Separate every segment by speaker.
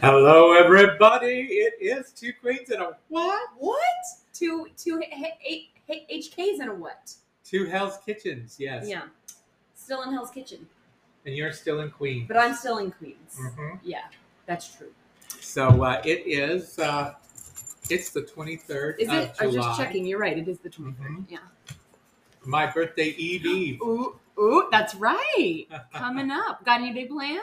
Speaker 1: Hello, everybody. It is two queens and a what?
Speaker 2: What? Two two h- h- h- HKs and a what?
Speaker 1: Two Hell's Kitchens, yes.
Speaker 2: Yeah. Still in Hell's Kitchen,
Speaker 1: And you're still in Queen.
Speaker 2: but I'm still in Queens.
Speaker 1: hmm
Speaker 2: Yeah, that's true.
Speaker 1: So uh, it is. Uh, it's the 23rd
Speaker 2: Is
Speaker 1: of
Speaker 2: it? I
Speaker 1: July. Mm-hmm.
Speaker 2: was just checking. You're right. It is the 23rd. Yeah.
Speaker 1: My birthday E Eve Eve.
Speaker 2: Ooh, ooh, that's right. Coming up. Got any big plans?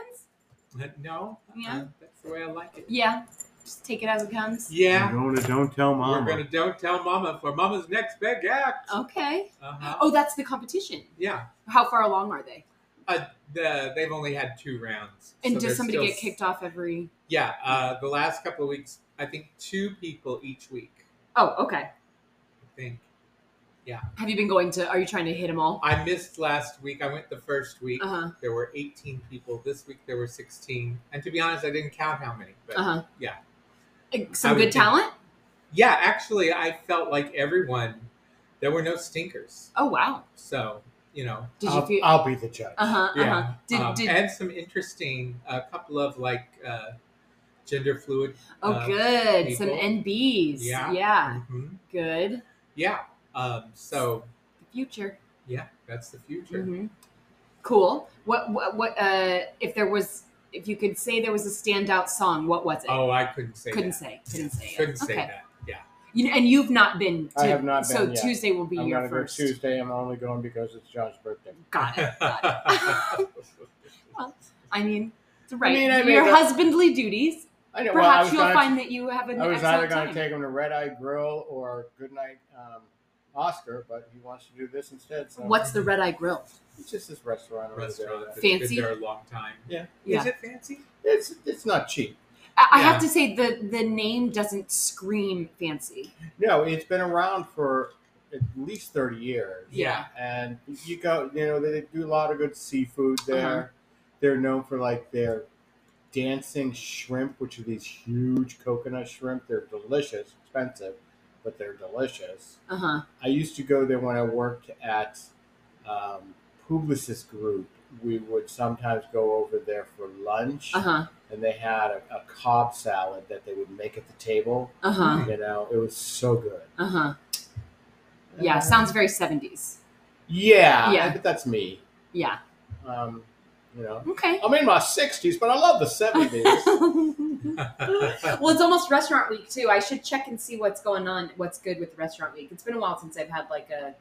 Speaker 1: no.
Speaker 2: Yeah.
Speaker 1: uh, that's the way I like it.
Speaker 2: Yeah. Just take it as it comes.
Speaker 1: Yeah.
Speaker 3: We're going to Don't Tell Mm-hmm. Mama.
Speaker 1: We're gonna don't tell Mama for Mama's next big act.
Speaker 2: Okay.
Speaker 1: Uh-huh.
Speaker 2: Oh, that's the competition.
Speaker 1: Yeah.
Speaker 2: How far along are they?
Speaker 1: Uh, the, they've only had two rounds.
Speaker 2: And
Speaker 1: so
Speaker 2: does
Speaker 1: there's
Speaker 2: somebody
Speaker 1: still
Speaker 2: get
Speaker 1: s-
Speaker 2: kicked off every?
Speaker 1: Yeah, uh, the last couple of weeks, I think two people each week.
Speaker 2: Oh, okay.
Speaker 1: I think
Speaker 2: Have you been going to? Are you trying to hit them all?
Speaker 1: I missed last week. I went the first week.
Speaker 2: Uh huh.
Speaker 1: There were 18 people. This week there were 16. And to be honest, I didn't count how many. But
Speaker 2: Uh huh.
Speaker 1: Yeah. I
Speaker 2: Some
Speaker 1: would
Speaker 2: good
Speaker 1: think-
Speaker 2: talent.
Speaker 1: yeah, actually, I felt like everyone. There were no stinkers.
Speaker 2: Oh wow.
Speaker 1: So you know,
Speaker 2: Did you
Speaker 3: I'll,
Speaker 2: feel?
Speaker 3: I'll be the judge.
Speaker 2: Uh huh. Uh huh.
Speaker 1: yeah.
Speaker 2: Did
Speaker 1: um,
Speaker 2: did?
Speaker 1: and some interesting, a couple of like uh, gender fluid.
Speaker 2: oh,
Speaker 1: uh,
Speaker 2: good. Some
Speaker 1: people.
Speaker 2: NBs.
Speaker 1: Yeah.
Speaker 2: Yeah.
Speaker 1: mhm,
Speaker 2: Good.
Speaker 1: Yeah. Um, so
Speaker 2: The future.
Speaker 1: yeah, that's the future.
Speaker 2: Mhm. Cool. What what what? Uh, if there was, if you could say there was a standout song, what was it?
Speaker 1: Oh, I couldn't say.
Speaker 2: couldn't
Speaker 1: that.
Speaker 2: say. Couldn't say. it.
Speaker 1: Couldn't
Speaker 2: okay.
Speaker 1: say that. Yeah.
Speaker 2: You, and you've not been. To,
Speaker 3: I have not
Speaker 2: So
Speaker 3: been yet.
Speaker 2: Tuesday will be
Speaker 3: I'm
Speaker 2: your
Speaker 3: gonna
Speaker 2: first.
Speaker 3: go Tuesday. I'm only going because it's John's birthday.
Speaker 2: Got it. I mean, it's right.
Speaker 3: mean, I
Speaker 2: your
Speaker 3: made a-
Speaker 2: husbandly duties.
Speaker 3: I know. well, I
Speaker 2: Perhaps
Speaker 3: was
Speaker 2: you'll
Speaker 3: gonna,
Speaker 2: find that you have an
Speaker 3: I was either
Speaker 2: excellent
Speaker 3: going to
Speaker 2: time.
Speaker 3: take him to Red Eye Grill or Goodnight um, Oscar, but he wants to do this instead. So
Speaker 2: What's the Red Eye Grill?
Speaker 3: It's just this restaurant. over there
Speaker 1: Restaurant.
Speaker 3: that-
Speaker 1: that's been
Speaker 2: Fancy?
Speaker 1: there a long time.
Speaker 3: Yeah.
Speaker 2: Yeah.
Speaker 1: Is it fancy?
Speaker 3: It's it's not cheap.
Speaker 2: I, I have
Speaker 1: Yeah.
Speaker 2: to say the the name doesn't scream fancy.
Speaker 3: No, it's been around for at least thirty years.
Speaker 1: Yeah.
Speaker 3: and you go you know they do a lot of good seafood
Speaker 2: Uh-huh.
Speaker 3: there they're known for like their dancing shrimp which are these huge coconut shrimp they're delicious expensive but they're delicious
Speaker 2: Uh huh.
Speaker 3: i used to go there when i worked at um, publicis group we would sometimes go over there for lunch
Speaker 2: Uh huh.
Speaker 3: and they had a, a cob salad that they would make at the table
Speaker 2: Uh huh.
Speaker 3: you know it was so good
Speaker 2: Uh huh. Yeah.
Speaker 3: Uh,
Speaker 2: Sounds very seventies.
Speaker 3: yeah
Speaker 2: Yeah.
Speaker 3: but that's me
Speaker 2: Yeah.
Speaker 3: um, you know
Speaker 2: Okay.
Speaker 3: I'm in my 60s, but I love the 70s.
Speaker 2: well, it's almost restaurant week too. I should check and see what's going on, what's good with restaurant week. It's been a while since I've had like a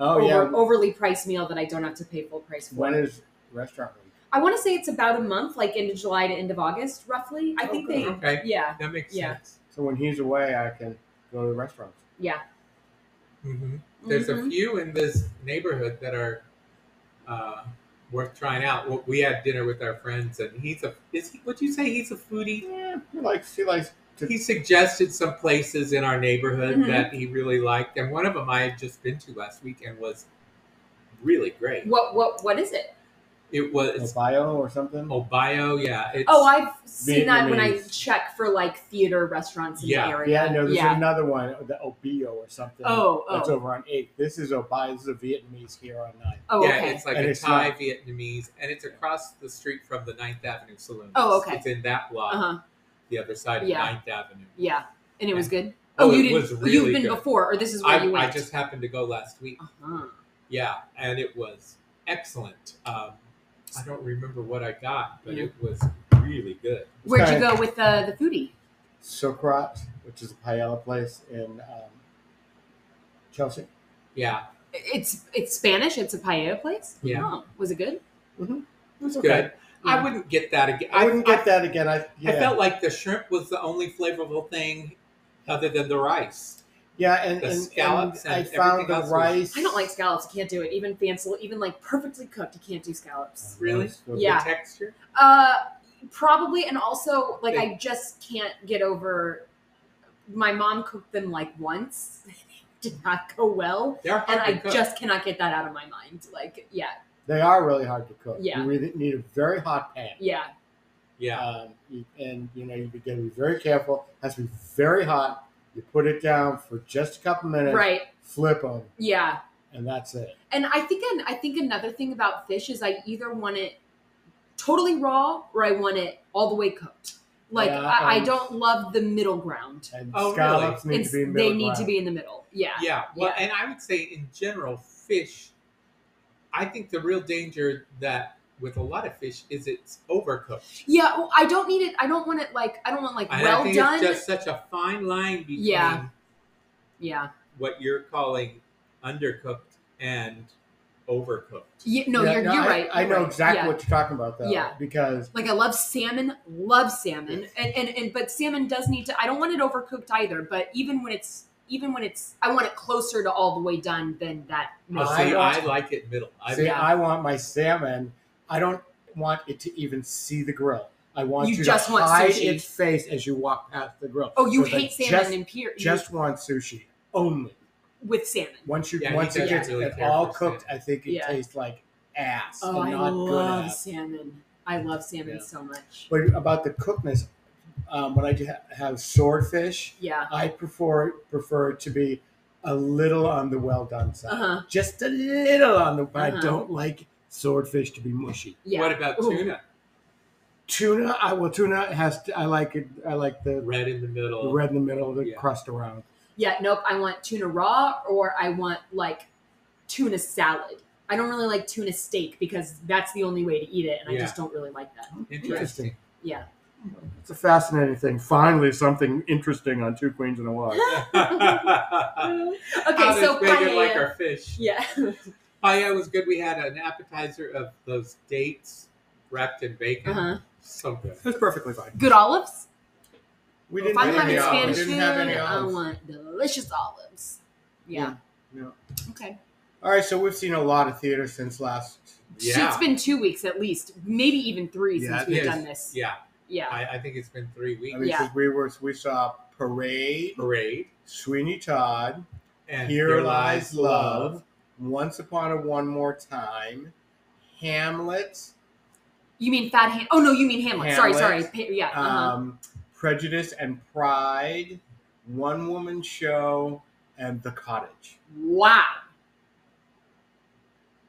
Speaker 3: oh,
Speaker 2: over,
Speaker 3: yeah.
Speaker 2: overly priced meal that I don't have to pay full price for.
Speaker 3: When is restaurant week?
Speaker 2: I want to say it's about a month, like end of July to end of August, roughly. I think they,
Speaker 1: Okay,
Speaker 2: yeah,
Speaker 1: that makes
Speaker 2: Yeah.
Speaker 1: sense.
Speaker 3: So when he's away, I can go to the restaurants.
Speaker 2: yeah.
Speaker 1: hmm There's a
Speaker 2: Mhm.
Speaker 1: few in this neighborhood that are uh, worth trying out. Well, We had dinner with our friends, and he's a is he? Would you say he's a foodie?
Speaker 3: Yeah, he likes, he likes,
Speaker 1: He suggested some places in our neighborhood
Speaker 2: Mhm.
Speaker 1: that he really liked, and one of them I had just been to last weekend was really great.
Speaker 2: What what what is it?
Speaker 1: It was
Speaker 3: Ohio or something.
Speaker 1: Obio, yeah. It's,
Speaker 2: Oh, I've seen that when I
Speaker 3: Vietnamese.
Speaker 2: check for like theater restaurants in
Speaker 1: Yeah.
Speaker 2: the area.
Speaker 3: yeah, no, there's
Speaker 2: yeah.
Speaker 3: another one, the Obio or something.
Speaker 2: Oh, oh.
Speaker 3: That's over on 8. This is Obio. This is a Vietnamese here on 9.
Speaker 2: Oh,
Speaker 1: yeah,
Speaker 2: okay.
Speaker 1: it's like
Speaker 3: And
Speaker 1: a
Speaker 3: it's
Speaker 1: Thai
Speaker 3: not-
Speaker 1: Vietnamese, and it's across the street from the 9th Avenue Saloon.
Speaker 2: Oh, okay.
Speaker 1: It's in that block,
Speaker 2: Uh huh.
Speaker 1: the other side of
Speaker 2: Yeah.
Speaker 1: Ninth 9th Avenue.
Speaker 2: Yeah, and it was good.
Speaker 1: Oh,
Speaker 2: Oh, you
Speaker 1: it
Speaker 2: didn't.
Speaker 1: was
Speaker 2: you've
Speaker 1: really
Speaker 2: been
Speaker 1: good.
Speaker 2: before, or this is where
Speaker 1: I,
Speaker 2: you went.
Speaker 1: I just happened to go last week.
Speaker 2: Uh-huh.
Speaker 1: Yeah, and it was excellent. Um, I don't remember what I got, but
Speaker 2: Yeah.
Speaker 1: it was really good.
Speaker 2: Where'd you
Speaker 3: Okay.
Speaker 2: go with uh, the the foodie?
Speaker 3: Sokrat, which is a paella place in um, Chelsea.
Speaker 1: Yeah,
Speaker 2: It's it's Spanish. It's a paella place.
Speaker 1: Yeah.
Speaker 2: Oh, was it good?
Speaker 3: It was
Speaker 1: it's
Speaker 3: okay.
Speaker 1: good. I
Speaker 2: Yeah.
Speaker 1: wouldn't get that again.
Speaker 3: I wouldn't
Speaker 1: I,
Speaker 3: get that again. I, yeah.
Speaker 1: I felt like the shrimp was the only flavorful thing other than the rice.
Speaker 3: yeah, and,
Speaker 1: the
Speaker 3: and, and
Speaker 1: scallops and
Speaker 3: I found
Speaker 1: everything
Speaker 3: the
Speaker 1: else was-
Speaker 3: rice.
Speaker 2: I don't like scallops. I can't do it. Even fancy, even like perfectly cooked, you can't do scallops.
Speaker 1: Really?
Speaker 2: Yeah.
Speaker 1: The texture?
Speaker 2: Uh, probably, and also like I just can't get over. My mom cooked them like once, did not go well,
Speaker 1: They're hard
Speaker 2: and I
Speaker 1: to cook.
Speaker 2: just cannot get that out of my mind. Like, yeah,
Speaker 3: They are really hard to cook.
Speaker 2: Yeah.
Speaker 3: You really need a very hot pan.
Speaker 2: yeah,
Speaker 1: yeah.
Speaker 3: Um, you- and you know you got to be very careful. Has to be very hot. You put it down for just a couple minutes.
Speaker 2: right,
Speaker 3: Flip them,
Speaker 2: yeah.
Speaker 3: and that's it.
Speaker 2: And I think an, I think another thing about fish is I either want it totally raw or I want it all the way cooked. Like
Speaker 3: Yeah,
Speaker 2: I, I
Speaker 3: um,
Speaker 2: don't love the middle ground.
Speaker 3: And
Speaker 1: Oh,
Speaker 3: scallops need
Speaker 2: It's,
Speaker 3: to be middle
Speaker 2: they need to
Speaker 3: ground.
Speaker 2: be in the middle. Yeah.
Speaker 1: Yeah. Well,
Speaker 2: Yeah.
Speaker 1: and I would say in general, fish. I think the real danger that with a lot of fish is it's overcooked.
Speaker 2: Yeah, well, I don't need it. I don't want it like I don't want like
Speaker 1: And I
Speaker 2: well
Speaker 1: think
Speaker 2: done.
Speaker 1: it's just such a fine line between
Speaker 2: Yeah. yeah.
Speaker 1: what you're calling undercooked and overcooked.
Speaker 2: yeah. No,
Speaker 3: Yeah,
Speaker 2: you're, you're
Speaker 3: I,
Speaker 2: right.
Speaker 3: I
Speaker 2: you're
Speaker 3: know
Speaker 2: right.
Speaker 3: exactly
Speaker 2: Yeah.
Speaker 3: what you're talking about though.
Speaker 2: Yeah.
Speaker 3: Because
Speaker 2: Like I love salmon, love salmon, and, and and but salmon does need to. I don't want it overcooked either. But even when it's even when it's, I want it closer to all the way done than that.
Speaker 1: Oh,
Speaker 2: middle.
Speaker 3: I
Speaker 1: see,
Speaker 3: want-
Speaker 1: I like it middle. I
Speaker 3: see,
Speaker 2: Yeah.
Speaker 3: I want my salmon. I don't want it to even see the grill. I want
Speaker 2: You
Speaker 3: you,
Speaker 2: just
Speaker 3: to
Speaker 2: want
Speaker 3: hide
Speaker 2: sushi.
Speaker 3: its face as you walk past the grill.
Speaker 2: oh, you
Speaker 3: Because I
Speaker 2: hate salmon
Speaker 3: just-
Speaker 2: in pier you-
Speaker 3: just want sushi only.
Speaker 2: with salmon.
Speaker 3: Once you
Speaker 1: Yeah, he
Speaker 3: once it
Speaker 1: doesn't
Speaker 3: gets
Speaker 1: really
Speaker 3: it
Speaker 1: care
Speaker 3: all
Speaker 1: for
Speaker 3: cooked, I think it
Speaker 2: Yeah.
Speaker 3: tastes like ass
Speaker 2: Oh,
Speaker 3: and
Speaker 2: I
Speaker 3: not
Speaker 2: love
Speaker 3: good ass.
Speaker 2: salmon. I love salmon
Speaker 3: Yeah.
Speaker 2: so much.
Speaker 3: But about the cookedness, um, when I do ha- have swordfish,
Speaker 2: Yeah.
Speaker 3: I prefer prefer it to be a little on the well done side,
Speaker 2: Uh huh.
Speaker 3: just a little on the. But
Speaker 2: Uh-huh.
Speaker 3: I don't like swordfish to be mushy.
Speaker 2: Yeah.
Speaker 1: What about
Speaker 2: Ooh.
Speaker 1: tuna?
Speaker 3: Tuna, I well, tuna has to. I like it. I like the,
Speaker 1: Red in the middle.
Speaker 3: the red in the middle, the
Speaker 1: Yeah.
Speaker 3: crust around.
Speaker 2: yeah, nope, I want tuna raw or I want like tuna salad. I don't really like tuna steak because that's the only way to eat it, and I
Speaker 1: Yeah.
Speaker 2: just don't really like that.
Speaker 1: Interesting.
Speaker 2: Yeah.
Speaker 3: It's a fascinating thing. Finally, something interesting on Two Queens and a Wad.
Speaker 1: okay,
Speaker 2: Okay, so paella.
Speaker 1: like our fish.
Speaker 2: yeah,
Speaker 1: Paella was good. We had an appetizer of those dates wrapped in bacon.
Speaker 2: uh-huh.
Speaker 1: So good.
Speaker 3: It was perfectly fine.
Speaker 2: good olives.
Speaker 3: We
Speaker 2: If
Speaker 3: didn't
Speaker 2: I'm
Speaker 3: have
Speaker 2: having
Speaker 3: any olives.
Speaker 2: Spanish
Speaker 3: We
Speaker 2: food,
Speaker 3: didn't have any
Speaker 2: I
Speaker 3: olives.
Speaker 2: want delicious olives. Yeah.
Speaker 3: Yeah.
Speaker 2: Okay.
Speaker 3: All right, so we've seen a lot of theater since last.
Speaker 1: Yeah.
Speaker 2: It's been two weeks at least, maybe even three
Speaker 3: Yeah,
Speaker 2: since
Speaker 3: it
Speaker 2: we've
Speaker 1: is.
Speaker 2: done this.
Speaker 1: Yeah,
Speaker 2: Yeah.
Speaker 1: I, I think it's been three
Speaker 3: I
Speaker 1: weeks.
Speaker 3: mean,
Speaker 2: Yeah.
Speaker 3: 'cause we were we saw Parade,
Speaker 1: Parade
Speaker 3: Sweeney Todd,
Speaker 1: and
Speaker 3: Here Lies Love. Once Upon a One More Time, Hamlet,
Speaker 2: You mean Fat Ham? Oh no, you mean Hamlet. Sorry, sorry.
Speaker 3: Hamlet.
Speaker 2: Pa- yeah. Uh-huh.
Speaker 3: um, Prejudice and Pride, One Woman Show, and The Cottage.
Speaker 2: Wow.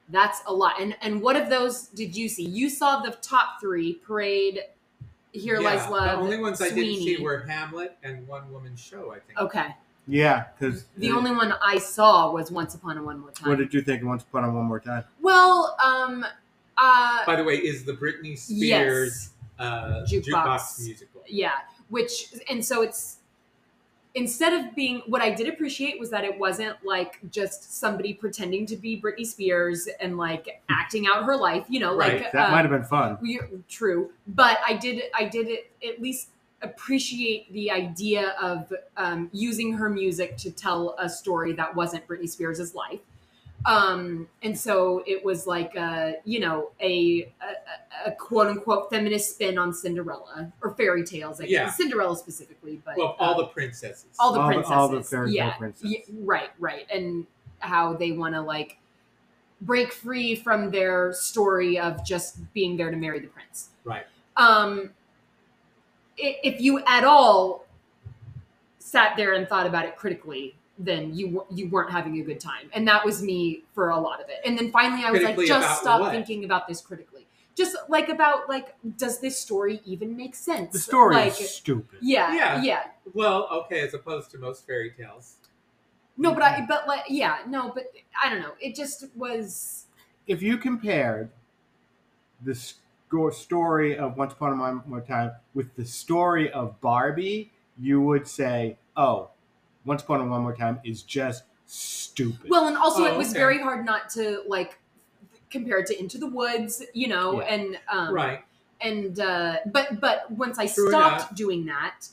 Speaker 2: That's a lot. And and what of those did you see? You saw the top three parade, Here
Speaker 1: Yeah,
Speaker 2: Lies Love.
Speaker 1: The only ones I didn't see
Speaker 2: Sweeney. Oh,
Speaker 1: were Hamlet and One Woman Show. I think.
Speaker 2: Okay.
Speaker 3: Yeah, because
Speaker 2: The only one I saw was Once Upon a One More Time.
Speaker 3: What did you think of Once Upon a One More Time?
Speaker 2: well, um uh
Speaker 1: By the way, is the Britney Spears
Speaker 2: yes.
Speaker 1: uh,
Speaker 2: Jukebox.
Speaker 1: jukebox. musical?
Speaker 2: Yeah. Which and so it's instead of being what I did appreciate was that it wasn't like just somebody pretending to be Britney Spears and like
Speaker 3: Hmm.
Speaker 2: acting out her life, you know, like
Speaker 1: Right,
Speaker 2: uh,
Speaker 3: have been fun.
Speaker 2: we, true but i did i did at least appreciate the idea of um, using her music to tell a story that wasn't britney spears' life um, and so it was like a you know a, a, a quote unquote feminist spin on cinderella or fairy tales i guess
Speaker 1: Yeah.
Speaker 2: cinderella specifically but
Speaker 1: Well, all
Speaker 2: um,
Speaker 1: the princesses.
Speaker 2: all the
Speaker 3: All the-
Speaker 2: princesses
Speaker 3: all the fairy tale
Speaker 2: yeah,
Speaker 3: princess.
Speaker 2: yeah, right right and how they want to like break free from their story of just being there to marry the prince
Speaker 1: Right.
Speaker 2: um i- if you at all sat there and thought about it critically then you w- you weren't having a good time and that was me for a lot of it and then finally i was like
Speaker 1: Critically about
Speaker 2: just stop
Speaker 1: what?
Speaker 2: thinking about this critically just like about like does this story even make sense
Speaker 3: The story
Speaker 2: like
Speaker 3: is stupid.
Speaker 2: yeah
Speaker 1: Yeah.
Speaker 2: yeah, yeah.
Speaker 1: Well, okay, as opposed to most fairy tales.
Speaker 2: No, but I, but like, yeah, no, but I don't know. It just was,
Speaker 3: if you compared the sco- story of Once Upon a Mon- More Time with the story of Barbie, you would say, "Oh, Once Upon a One More Time is just stupid."
Speaker 2: well, and also
Speaker 1: Oh,
Speaker 2: it was
Speaker 1: okay.
Speaker 2: very hard not to like compare it to Into the Woods, you know,
Speaker 3: Yeah.
Speaker 2: and, um,
Speaker 1: right.
Speaker 2: and, uh, but, but once I
Speaker 1: True
Speaker 2: stopped
Speaker 1: enough.
Speaker 2: doing that,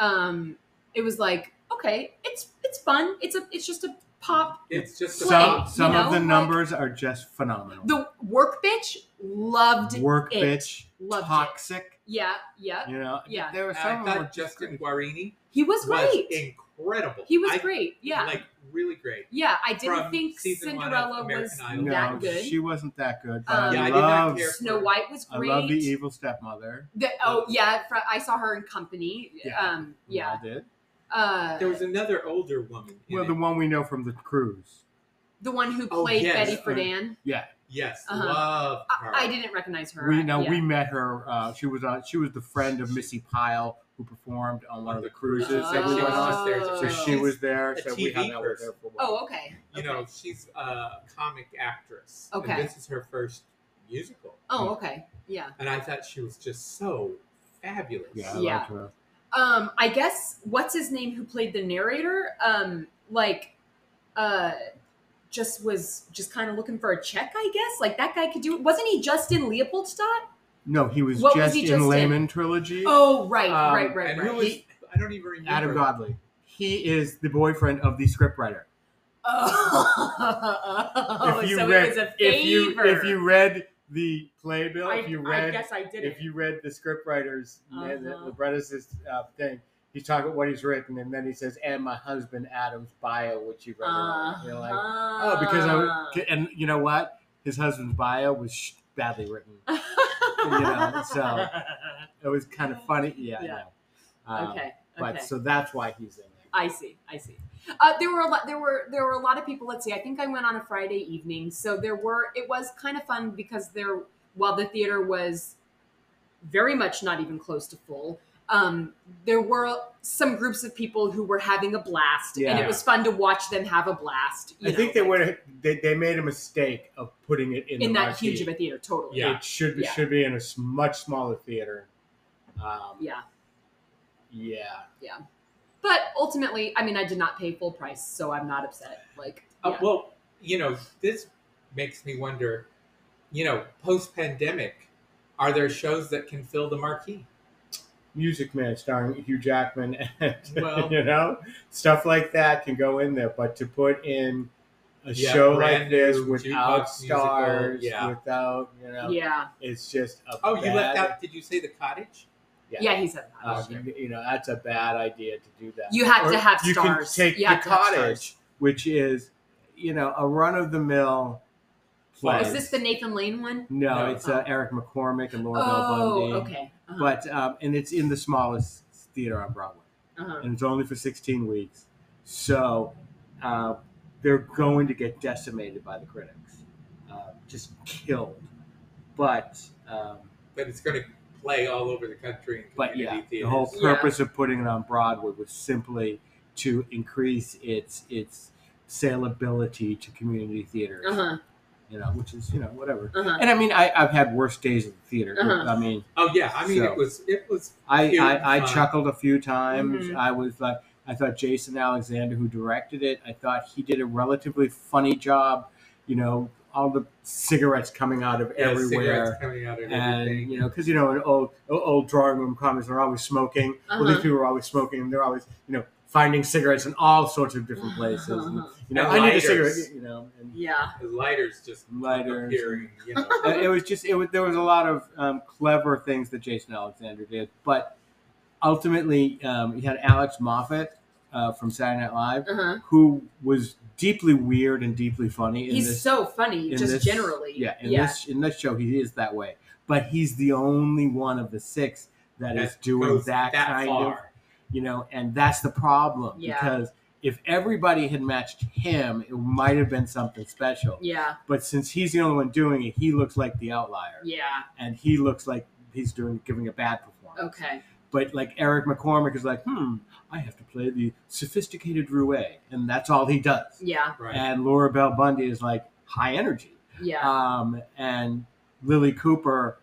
Speaker 2: um, it was like, okay, it's, it's fun. It's a, it's just a pop.
Speaker 1: It's just
Speaker 2: Well,
Speaker 1: about
Speaker 3: some
Speaker 2: you
Speaker 3: some
Speaker 2: know,
Speaker 3: of the
Speaker 2: like-
Speaker 3: numbers are just phenomenal.
Speaker 2: The work bitch loved
Speaker 3: Work
Speaker 2: it.
Speaker 3: bitch,
Speaker 2: Loved it.
Speaker 3: toxic.
Speaker 2: Yeah. Yeah.
Speaker 3: You know,
Speaker 2: Yeah.
Speaker 3: there were some
Speaker 1: I
Speaker 3: of them
Speaker 1: thought
Speaker 3: were just
Speaker 1: Justin
Speaker 3: great.
Speaker 1: Guarini
Speaker 2: He was
Speaker 1: was
Speaker 2: great.
Speaker 1: incredible.
Speaker 2: he was
Speaker 1: I-
Speaker 2: great. Yeah.
Speaker 1: like really great.
Speaker 2: yeah. I didn't
Speaker 1: from
Speaker 2: think
Speaker 1: season one of
Speaker 2: Cinderella
Speaker 1: American
Speaker 2: was
Speaker 1: Idol.
Speaker 3: No,
Speaker 2: that good.
Speaker 3: she wasn't that good. But
Speaker 2: Um,
Speaker 3: I
Speaker 2: Yeah, I
Speaker 1: did not
Speaker 3: love,
Speaker 1: care.
Speaker 2: Snow White was
Speaker 3: I
Speaker 2: great.
Speaker 3: love the evil stepmother.
Speaker 2: The- oh yeah, fr- I saw her in Company.
Speaker 3: Yeah.
Speaker 2: Um, yeah.
Speaker 3: Loved it.
Speaker 2: Uh,
Speaker 1: There was another older woman. in
Speaker 3: Well, the
Speaker 1: it.
Speaker 3: one we know from the cruise.
Speaker 2: the one who
Speaker 1: Oh,
Speaker 2: played
Speaker 1: yes,
Speaker 2: Betty
Speaker 1: uh,
Speaker 2: Friedan.
Speaker 3: yeah.
Speaker 1: Yes,
Speaker 2: Uh-huh.
Speaker 1: love
Speaker 2: I,
Speaker 1: her.
Speaker 2: I didn't recognize her.
Speaker 3: We know
Speaker 2: yeah.
Speaker 3: we met her. Uh, she was on. She was the friend of Missy Pyle who performed on one of the cruises that we
Speaker 1: she
Speaker 3: went
Speaker 1: was
Speaker 3: on.
Speaker 1: just there
Speaker 2: Oh.
Speaker 1: to-
Speaker 3: So she was there.
Speaker 1: a
Speaker 3: So we hung
Speaker 1: TV
Speaker 3: out with her
Speaker 1: person.
Speaker 3: for a while.
Speaker 2: Oh, okay.
Speaker 1: you know, she's a comic actress.
Speaker 2: Okay.
Speaker 1: And this is her first musical.
Speaker 2: Oh, okay. Yeah.
Speaker 1: And I thought she was just so fabulous.
Speaker 3: Yeah, I
Speaker 2: Yeah.
Speaker 3: liked her.
Speaker 2: Um, I guess what's his name who played the narrator? Um, like, uh, just was just kind of looking for a check. I guess like that guy could do. it. Wasn't he just in Leopoldstadt?
Speaker 3: No, he was
Speaker 2: What was
Speaker 3: just
Speaker 2: he
Speaker 3: in
Speaker 2: just
Speaker 3: Layman trilogy.
Speaker 2: Oh, right,
Speaker 3: Um,
Speaker 2: right, right,
Speaker 1: and
Speaker 2: right.
Speaker 1: who was, I don't even remember.
Speaker 3: Adam Godley. He is the boyfriend of the scriptwriter.
Speaker 2: oh,
Speaker 3: if you
Speaker 2: so
Speaker 3: read,
Speaker 2: it was a favor.
Speaker 3: if you if you read the playbill, if you
Speaker 2: I, I
Speaker 3: read
Speaker 2: guess I did
Speaker 3: if
Speaker 2: it.
Speaker 3: you read the scriptwriters, uh
Speaker 2: Uh-huh.
Speaker 3: the Brenna's uh, thing, he's talking about what he's written, and then he says, "And my husband Adam's bio, which you read." earlier." You're like,
Speaker 2: Uh-huh.
Speaker 3: oh, because I
Speaker 2: Ah.
Speaker 3: was, and you know what? His husband's bio was sh- badly written. you know, so it was kind of funny. Yeah. I
Speaker 2: Yeah.
Speaker 3: know. Um,
Speaker 2: okay,
Speaker 3: But
Speaker 2: okay.
Speaker 3: so that's why he's in there.
Speaker 2: I see. I see. Uh, there were a lot. There were there were a lot of people. Let's see. I think I went on a Friday evening, so there were. It was kind of fun because there, while the theater was very much not even close to full, um, there were some groups of people who were having a blast, and
Speaker 3: Yeah.
Speaker 2: it was fun to watch them have a blast. you
Speaker 3: I think
Speaker 2: know,
Speaker 3: they
Speaker 2: like,
Speaker 3: would they, they made a mistake of putting it in,
Speaker 2: in
Speaker 3: the
Speaker 2: that huge
Speaker 3: marquee.
Speaker 2: of a theater. Totally.
Speaker 1: Yeah.
Speaker 3: It should be
Speaker 2: Yeah.
Speaker 3: should be in a s- much smaller theater. Um,
Speaker 2: Yeah.
Speaker 3: yeah.
Speaker 2: But ultimately, I mean, I did not pay full price, so I'm not upset. Like,
Speaker 1: Uh,
Speaker 2: yeah.
Speaker 1: Well, you know, this makes me wonder, you know, post pandemic, are there shows that can fill the marquee?
Speaker 3: Music Man starring Hugh Jackman and
Speaker 1: Well-
Speaker 3: you know stuff like that can go in there, but to put in a
Speaker 1: Yeah,
Speaker 3: show
Speaker 1: brand
Speaker 3: like this
Speaker 1: new
Speaker 3: without
Speaker 1: jukebox musical,
Speaker 3: stars,
Speaker 1: yeah.
Speaker 3: without you know,
Speaker 2: yeah,
Speaker 3: it's just a
Speaker 1: Oh, you
Speaker 3: bad-
Speaker 1: left out, did you say the cottage?
Speaker 3: Yeah.
Speaker 2: yeah, he said that.
Speaker 3: um, you know that's a bad idea to do that.
Speaker 2: You have
Speaker 3: Or
Speaker 2: to have
Speaker 3: you
Speaker 2: stars.
Speaker 3: Can take
Speaker 2: You
Speaker 3: the
Speaker 2: have to have
Speaker 3: cottage, which is you know a run of the mill play.
Speaker 2: Oh, Is this the Nathan Lane one?
Speaker 3: no,
Speaker 1: No.
Speaker 3: it's uh, Eric McCormick and Laura
Speaker 2: oh,
Speaker 3: Bell Bundy.
Speaker 2: okay. Uh-huh.
Speaker 3: But um, and it's in the smallest theater on Broadway,
Speaker 2: uh-huh.
Speaker 3: and it's only for 16 weeks, so uh, they're going to get decimated by the critics, uh, just killed. But um,
Speaker 1: But it's going to play all over the country in
Speaker 3: But
Speaker 1: community
Speaker 3: yeah, the
Speaker 1: theaters.
Speaker 3: whole
Speaker 2: Yeah.
Speaker 3: purpose of putting it on Broadway was simply to increase its its saleability to community theaters.
Speaker 2: Uh-huh.
Speaker 3: You know, which is you know whatever.
Speaker 2: Uh-huh.
Speaker 3: And I mean, I, I've had worse days at the theater.
Speaker 2: Uh-huh.
Speaker 3: I mean,
Speaker 1: oh, yeah. I mean,
Speaker 3: So-
Speaker 1: it was, it was,
Speaker 3: I
Speaker 1: Cute
Speaker 3: I, I
Speaker 1: fun.
Speaker 3: chuckled a few times.
Speaker 2: Mhm.
Speaker 3: I was like, I thought Jason Alexander, who directed it, I thought he did a relatively funny job. You know, all the cigarettes coming out of
Speaker 1: yeah,
Speaker 3: everywhere.
Speaker 1: cigarettes coming out of
Speaker 3: and
Speaker 1: everything.
Speaker 3: you know, because you know, in old old drawing room comments are always smoking. Well,
Speaker 2: Uh-huh.
Speaker 3: these people are always smoking. and They're always you know finding cigarettes in all sorts of different places. Mm-hmm. And,
Speaker 2: Uh-huh.
Speaker 3: you
Speaker 1: And
Speaker 3: know, I need
Speaker 1: lighters.
Speaker 3: a cigarette. You know, and
Speaker 2: Yeah.
Speaker 1: The lighters just
Speaker 3: lighters.
Speaker 1: appearing, you know.
Speaker 3: Uh, it was just it was there was a lot of um, clever things that Jason Alexander did, but ultimately um, you had Alex Moffat uh, from Saturday Night Live,
Speaker 2: Uh-huh.
Speaker 3: who was deeply weird and deeply funny. In
Speaker 2: He's
Speaker 3: this,
Speaker 2: so funny,
Speaker 3: in
Speaker 2: just
Speaker 3: this-
Speaker 2: generally.
Speaker 3: Yeah, in
Speaker 2: yeah.
Speaker 3: this in this show he is that way, but he's the only one of the six that
Speaker 1: That
Speaker 3: is doing
Speaker 1: goes
Speaker 3: that, kind of
Speaker 1: far.
Speaker 3: you know, and that's the problem
Speaker 2: Yeah.
Speaker 3: because if everybody had matched him, it might have been something special.
Speaker 2: yeah.
Speaker 3: But since he's the only one doing it, he looks like the outlier,
Speaker 2: Yeah.
Speaker 3: and he looks like he's doing giving a bad performance.
Speaker 2: Okay.
Speaker 3: But like Eric McCormick is like, hmm, I have to play the sophisticated roue, and that's all he does.
Speaker 2: Yeah.
Speaker 1: Right.
Speaker 3: And Laura Bell Bundy is like high energy.
Speaker 2: Yeah.
Speaker 3: Um, and Lily Cooper,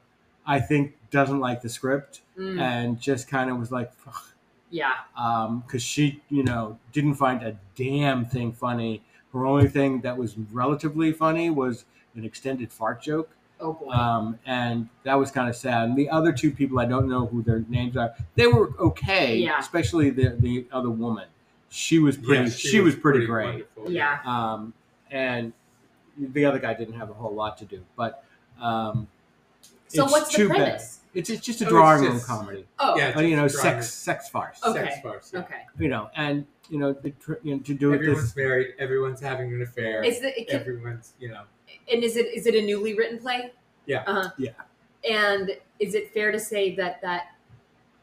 Speaker 3: I think, doesn't like the script
Speaker 2: Mm,
Speaker 3: Uh, and just kind of was like, "Fuck."
Speaker 2: yeah.
Speaker 3: because Um, she, you know, didn't find a damn thing funny. Her only thing that was relatively funny was an extended fart joke,
Speaker 2: Oh boy.
Speaker 3: um, and that was kind of sad. And the other two people, I don't know who their names are. They were okay,
Speaker 2: Yeah.
Speaker 3: especially the the other woman. She was
Speaker 1: Yeah,
Speaker 3: pretty. she, was, pretty, great
Speaker 1: wonderful,
Speaker 2: yeah.
Speaker 3: um, and the other guy didn't have a whole lot to do. But um,
Speaker 2: So
Speaker 3: it's
Speaker 2: what's the
Speaker 3: too bad.
Speaker 2: premise?
Speaker 3: it's, it's just a
Speaker 1: Oh, it's
Speaker 3: drawing room
Speaker 1: just-
Speaker 3: comedy,
Speaker 2: Oh.
Speaker 1: Yeah.
Speaker 3: Uh, you know,
Speaker 1: just a drawing
Speaker 3: sex sex farce,
Speaker 2: Okay.
Speaker 1: Sex farce, yeah.
Speaker 2: Okay.
Speaker 3: you know, and you know, the, tr- you know to do it
Speaker 1: Everyone's
Speaker 3: this.
Speaker 1: married. Everyone's having an affair.
Speaker 2: Is it, it can,
Speaker 1: everyone's, you know,
Speaker 2: and is it is it a newly written play?
Speaker 1: Yeah.
Speaker 2: Uh-huh.
Speaker 3: Yeah.
Speaker 2: And is it fair to say that that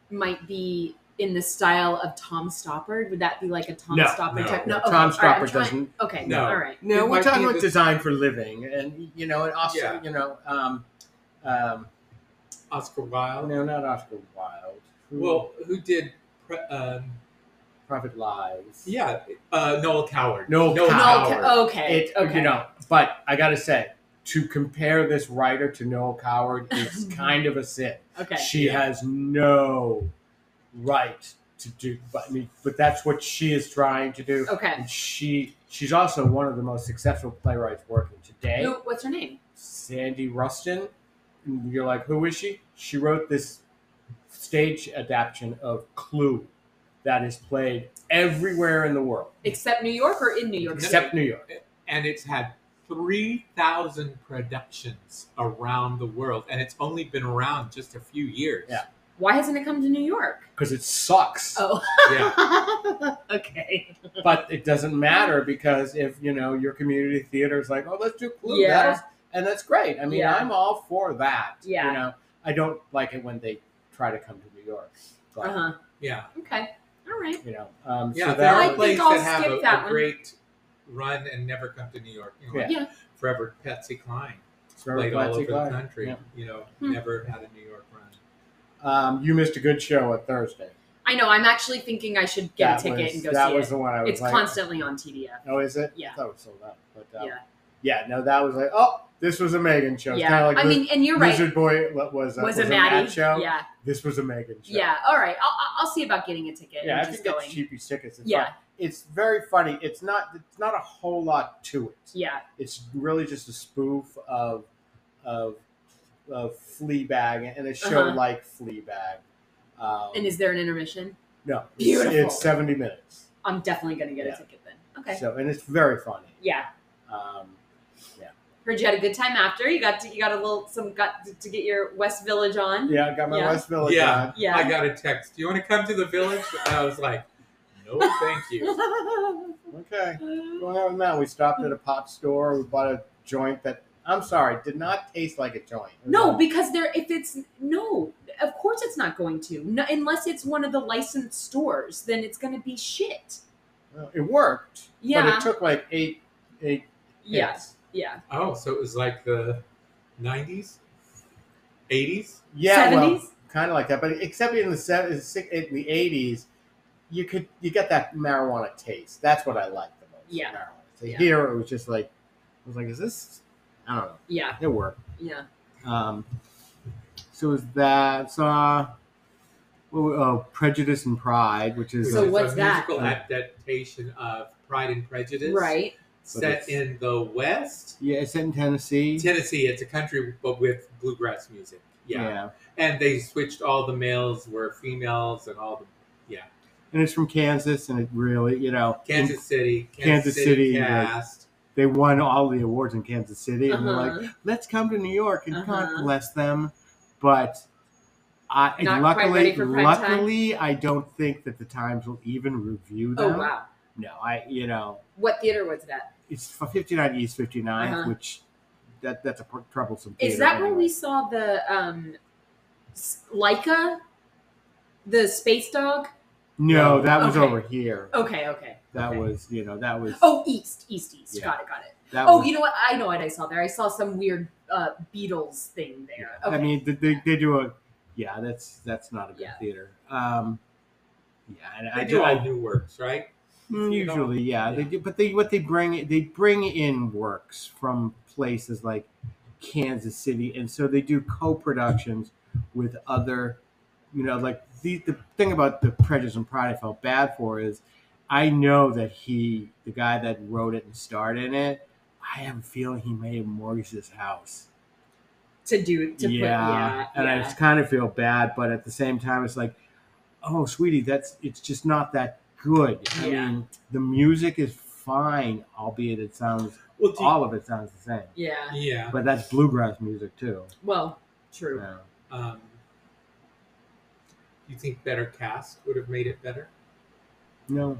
Speaker 2: might be in the style of Tom Stoppard? Would that be like a Tom
Speaker 3: No,
Speaker 2: Stoppard
Speaker 1: no,
Speaker 2: type?
Speaker 1: no.
Speaker 2: okay, all
Speaker 3: Tom
Speaker 2: right,
Speaker 3: Stopper
Speaker 2: I'm trying-
Speaker 3: doesn't.
Speaker 2: Okay,
Speaker 1: No.
Speaker 2: all right.
Speaker 1: It
Speaker 3: No,
Speaker 1: might
Speaker 3: we're talking
Speaker 1: be
Speaker 3: about
Speaker 1: the-
Speaker 3: design for living, and you know, and also,
Speaker 1: Yeah.
Speaker 3: you know, um, um, oh,
Speaker 1: Oscar Wilde.
Speaker 3: no, not Oscar Wilde. Who-
Speaker 1: Well, who did? Pre- um,
Speaker 3: Private Lives.
Speaker 1: yeah, uh, Noel Coward.
Speaker 3: Noel
Speaker 2: No,
Speaker 3: Coward.
Speaker 2: okay, okay,
Speaker 3: It,
Speaker 2: okay.
Speaker 3: you know, but I gotta say, to compare this writer to Noel Coward is kind of a sin.
Speaker 2: okay.
Speaker 3: She has no right to do, but I mean, but that's what she is trying to do.
Speaker 2: Okay.
Speaker 3: And she she's also one of the most successful playwrights working today.
Speaker 2: Who, what's her name?
Speaker 3: Sandy Rustin. And You're like, who is she? She wrote this stage adaptation of Clue that is played everywhere in the world
Speaker 2: Except New York or in New York? City?
Speaker 3: except New York.
Speaker 1: and it's had three thousand productions around the world, and it's only been around just a few years.
Speaker 3: Yeah.
Speaker 2: Why hasn't it come to New York?
Speaker 3: Because it sucks.
Speaker 2: Oh.
Speaker 1: yeah.
Speaker 2: okay.
Speaker 3: But it doesn't matter because if you know your community theater is like, oh, let's do Clue,
Speaker 2: Yeah.
Speaker 3: that is, and that's great. I mean,
Speaker 2: Yeah.
Speaker 3: I'm all for that.
Speaker 2: Yeah.
Speaker 3: You know, I don't like it when they try to come to New York. But,
Speaker 2: Uh huh.
Speaker 1: Yeah,
Speaker 2: Okay. All right.
Speaker 3: You know, um,
Speaker 1: yeah.
Speaker 3: so
Speaker 1: there
Speaker 2: I
Speaker 3: that
Speaker 1: are
Speaker 2: think
Speaker 3: was-
Speaker 1: plays
Speaker 2: I'll
Speaker 1: that have
Speaker 2: skip
Speaker 1: a,
Speaker 2: that
Speaker 1: a
Speaker 2: one.
Speaker 1: great run and never come to New York. You know, like
Speaker 2: Yeah. Yeah.
Speaker 1: Forever Patsy Cline
Speaker 3: Very
Speaker 1: played
Speaker 3: glad
Speaker 1: all
Speaker 3: to
Speaker 1: over
Speaker 3: glad.
Speaker 1: the country.
Speaker 3: Yeah.
Speaker 1: You know,
Speaker 2: Hmm.
Speaker 1: never had a New York run.
Speaker 3: Um, you missed a good show at Thursday.
Speaker 2: I know. I'm actually thinking I should get a
Speaker 3: That
Speaker 2: ticket
Speaker 3: was-
Speaker 2: and go
Speaker 3: That
Speaker 2: see
Speaker 3: was
Speaker 2: it.
Speaker 3: the one I was
Speaker 2: It's
Speaker 3: like,
Speaker 2: constantly on TDF.
Speaker 3: Oh, is it?
Speaker 2: Yeah.
Speaker 3: I thought it was sold out. But, um,
Speaker 2: Yeah.
Speaker 3: yeah, no, that was like, oh, this was a Megan show.
Speaker 2: yeah.
Speaker 3: Kind of like
Speaker 2: I
Speaker 3: Liz-
Speaker 2: mean, and you're right.
Speaker 3: Lizard Boy was, was, uh,
Speaker 2: was, a
Speaker 3: Matt
Speaker 2: Maddie.
Speaker 3: show.
Speaker 2: Yeah.
Speaker 3: This was a Megan show.
Speaker 2: Yeah. All right. I'll, I'll- I'll see about getting a ticket
Speaker 3: Yeah, I
Speaker 2: and
Speaker 3: think
Speaker 2: just
Speaker 3: that's
Speaker 2: going.
Speaker 3: cheapest tickets. It's
Speaker 2: Yeah.
Speaker 3: fine. It's very funny. It's not it's not a whole lot to it.
Speaker 2: Yeah.
Speaker 3: It's really just a spoof of of of Fleabag and a show
Speaker 2: Uh-huh.
Speaker 3: like Fleabag. Um,
Speaker 2: And is there an intermission?
Speaker 3: no, it's-
Speaker 2: Beautiful.
Speaker 3: It's seventy minutes.
Speaker 2: I'm definitely going to get
Speaker 3: Yeah.
Speaker 2: a ticket then. Okay.
Speaker 3: So and it's very funny.
Speaker 2: yeah.
Speaker 3: Um,
Speaker 2: Heard you had a good time after. You got to, you got a little some got to, to get your West Village on.
Speaker 3: yeah, I got my
Speaker 2: Yeah.
Speaker 3: West Village
Speaker 1: Yeah.
Speaker 3: on.
Speaker 2: Yeah.
Speaker 1: I got a text. Do you want to come to the village? And I was like, No, thank you.
Speaker 3: Okay. Going out with Matt, we stopped at a pop store. We bought a joint that I'm sorry did not taste like a joint. It was
Speaker 2: no,
Speaker 3: like-
Speaker 2: because there if it's no, of course it's not going to. No, unless it's one of the licensed stores, then it's going to be shit.
Speaker 3: well, it worked. But
Speaker 2: Yeah.
Speaker 3: it took like eight eight.
Speaker 2: Yeah.
Speaker 3: hits.
Speaker 2: Yeah.
Speaker 1: Oh, so it was like the '90s, '80s.
Speaker 3: Yeah, well,
Speaker 2: 70s?
Speaker 3: kind of like that, but except in the seventies, in the eighties, you could you get that marijuana taste. That's what I like the most.
Speaker 2: Yeah.
Speaker 3: marijuana. So
Speaker 2: Yeah.
Speaker 3: here it was just like I was like, is this? I don't know.
Speaker 2: Yeah.
Speaker 3: It worked.
Speaker 2: Yeah.
Speaker 3: Um, so it was that saw oh, Prejudice and Pride, which
Speaker 1: which
Speaker 3: is uh,
Speaker 2: So
Speaker 1: is
Speaker 2: what's
Speaker 1: a
Speaker 2: that?
Speaker 1: musical adaptation of Pride and Prejudice,
Speaker 2: Right.
Speaker 1: Set
Speaker 3: But it's-
Speaker 1: in the West,
Speaker 3: yeah, it's set in Tennessee.
Speaker 1: Tennessee. It's a country, but with bluegrass music. Yeah, and they switched all the males were females, and all the
Speaker 3: and it's from Kansas, and it really you know
Speaker 1: Kansas City,
Speaker 3: Mm. Kansas City, right.
Speaker 1: cast.
Speaker 3: they won all the awards in Kansas City, and they're like.
Speaker 2: Uh-huh.
Speaker 3: let's come to New York and God
Speaker 2: Uh-huh.
Speaker 3: bless them. But I and
Speaker 2: Not quite
Speaker 3: luckily,
Speaker 2: ready for prime time?
Speaker 3: luckily, I don't think that the Times will even review
Speaker 2: oh
Speaker 3: them.
Speaker 2: wow.
Speaker 3: No, I you know
Speaker 2: What theater was that?
Speaker 3: it's for 59 East 59,
Speaker 2: Uh-huh.
Speaker 3: which that that's a pr- troublesome.
Speaker 2: Is
Speaker 3: theater
Speaker 2: that where
Speaker 3: anyway.
Speaker 2: we saw the um s- Leica? The space dog?
Speaker 3: No, that was
Speaker 2: Okay.
Speaker 3: over here.
Speaker 2: Okay, okay.
Speaker 3: That
Speaker 2: okay.
Speaker 3: was you know that was
Speaker 2: Oh, east, east, east.
Speaker 3: Yeah.
Speaker 2: Got it, got it.
Speaker 3: that
Speaker 2: Oh,
Speaker 3: was.
Speaker 2: you know what? I know what I saw there. I saw some weird uh Beatles thing there. Okay.
Speaker 3: I mean, they- they, they do a yeah. That's that's not a good
Speaker 2: Yeah.
Speaker 3: theater. Um, yeah, and
Speaker 1: They
Speaker 3: I
Speaker 1: do
Speaker 3: I-
Speaker 1: all new works, right?
Speaker 3: Mm,
Speaker 1: you know?
Speaker 3: Usually, yeah, they
Speaker 1: Yeah.
Speaker 3: do. But they what they bring they bring in works from places like Kansas City, and so they do co-productions with other, you know, like the the thing about the Prejudice and Pride I felt bad for is I know that he the guy that wrote it and starred in it. I have a feeling he may have mortgaged his house.
Speaker 2: to do to put yeah.
Speaker 3: and I
Speaker 2: yeah.
Speaker 3: just kind of feel bad, but at the same time, it's like, oh, sweetie, that's it's just not that good. I
Speaker 2: Yeah.
Speaker 3: mean, the music is fine, albeit it sounds
Speaker 1: Well, do
Speaker 3: all of it sounds the same,
Speaker 2: yeah.
Speaker 1: yeah.
Speaker 3: but that's bluegrass music too.
Speaker 2: Well, true.
Speaker 3: Yeah.
Speaker 1: Um, do you think better cast would have made it better?
Speaker 3: No,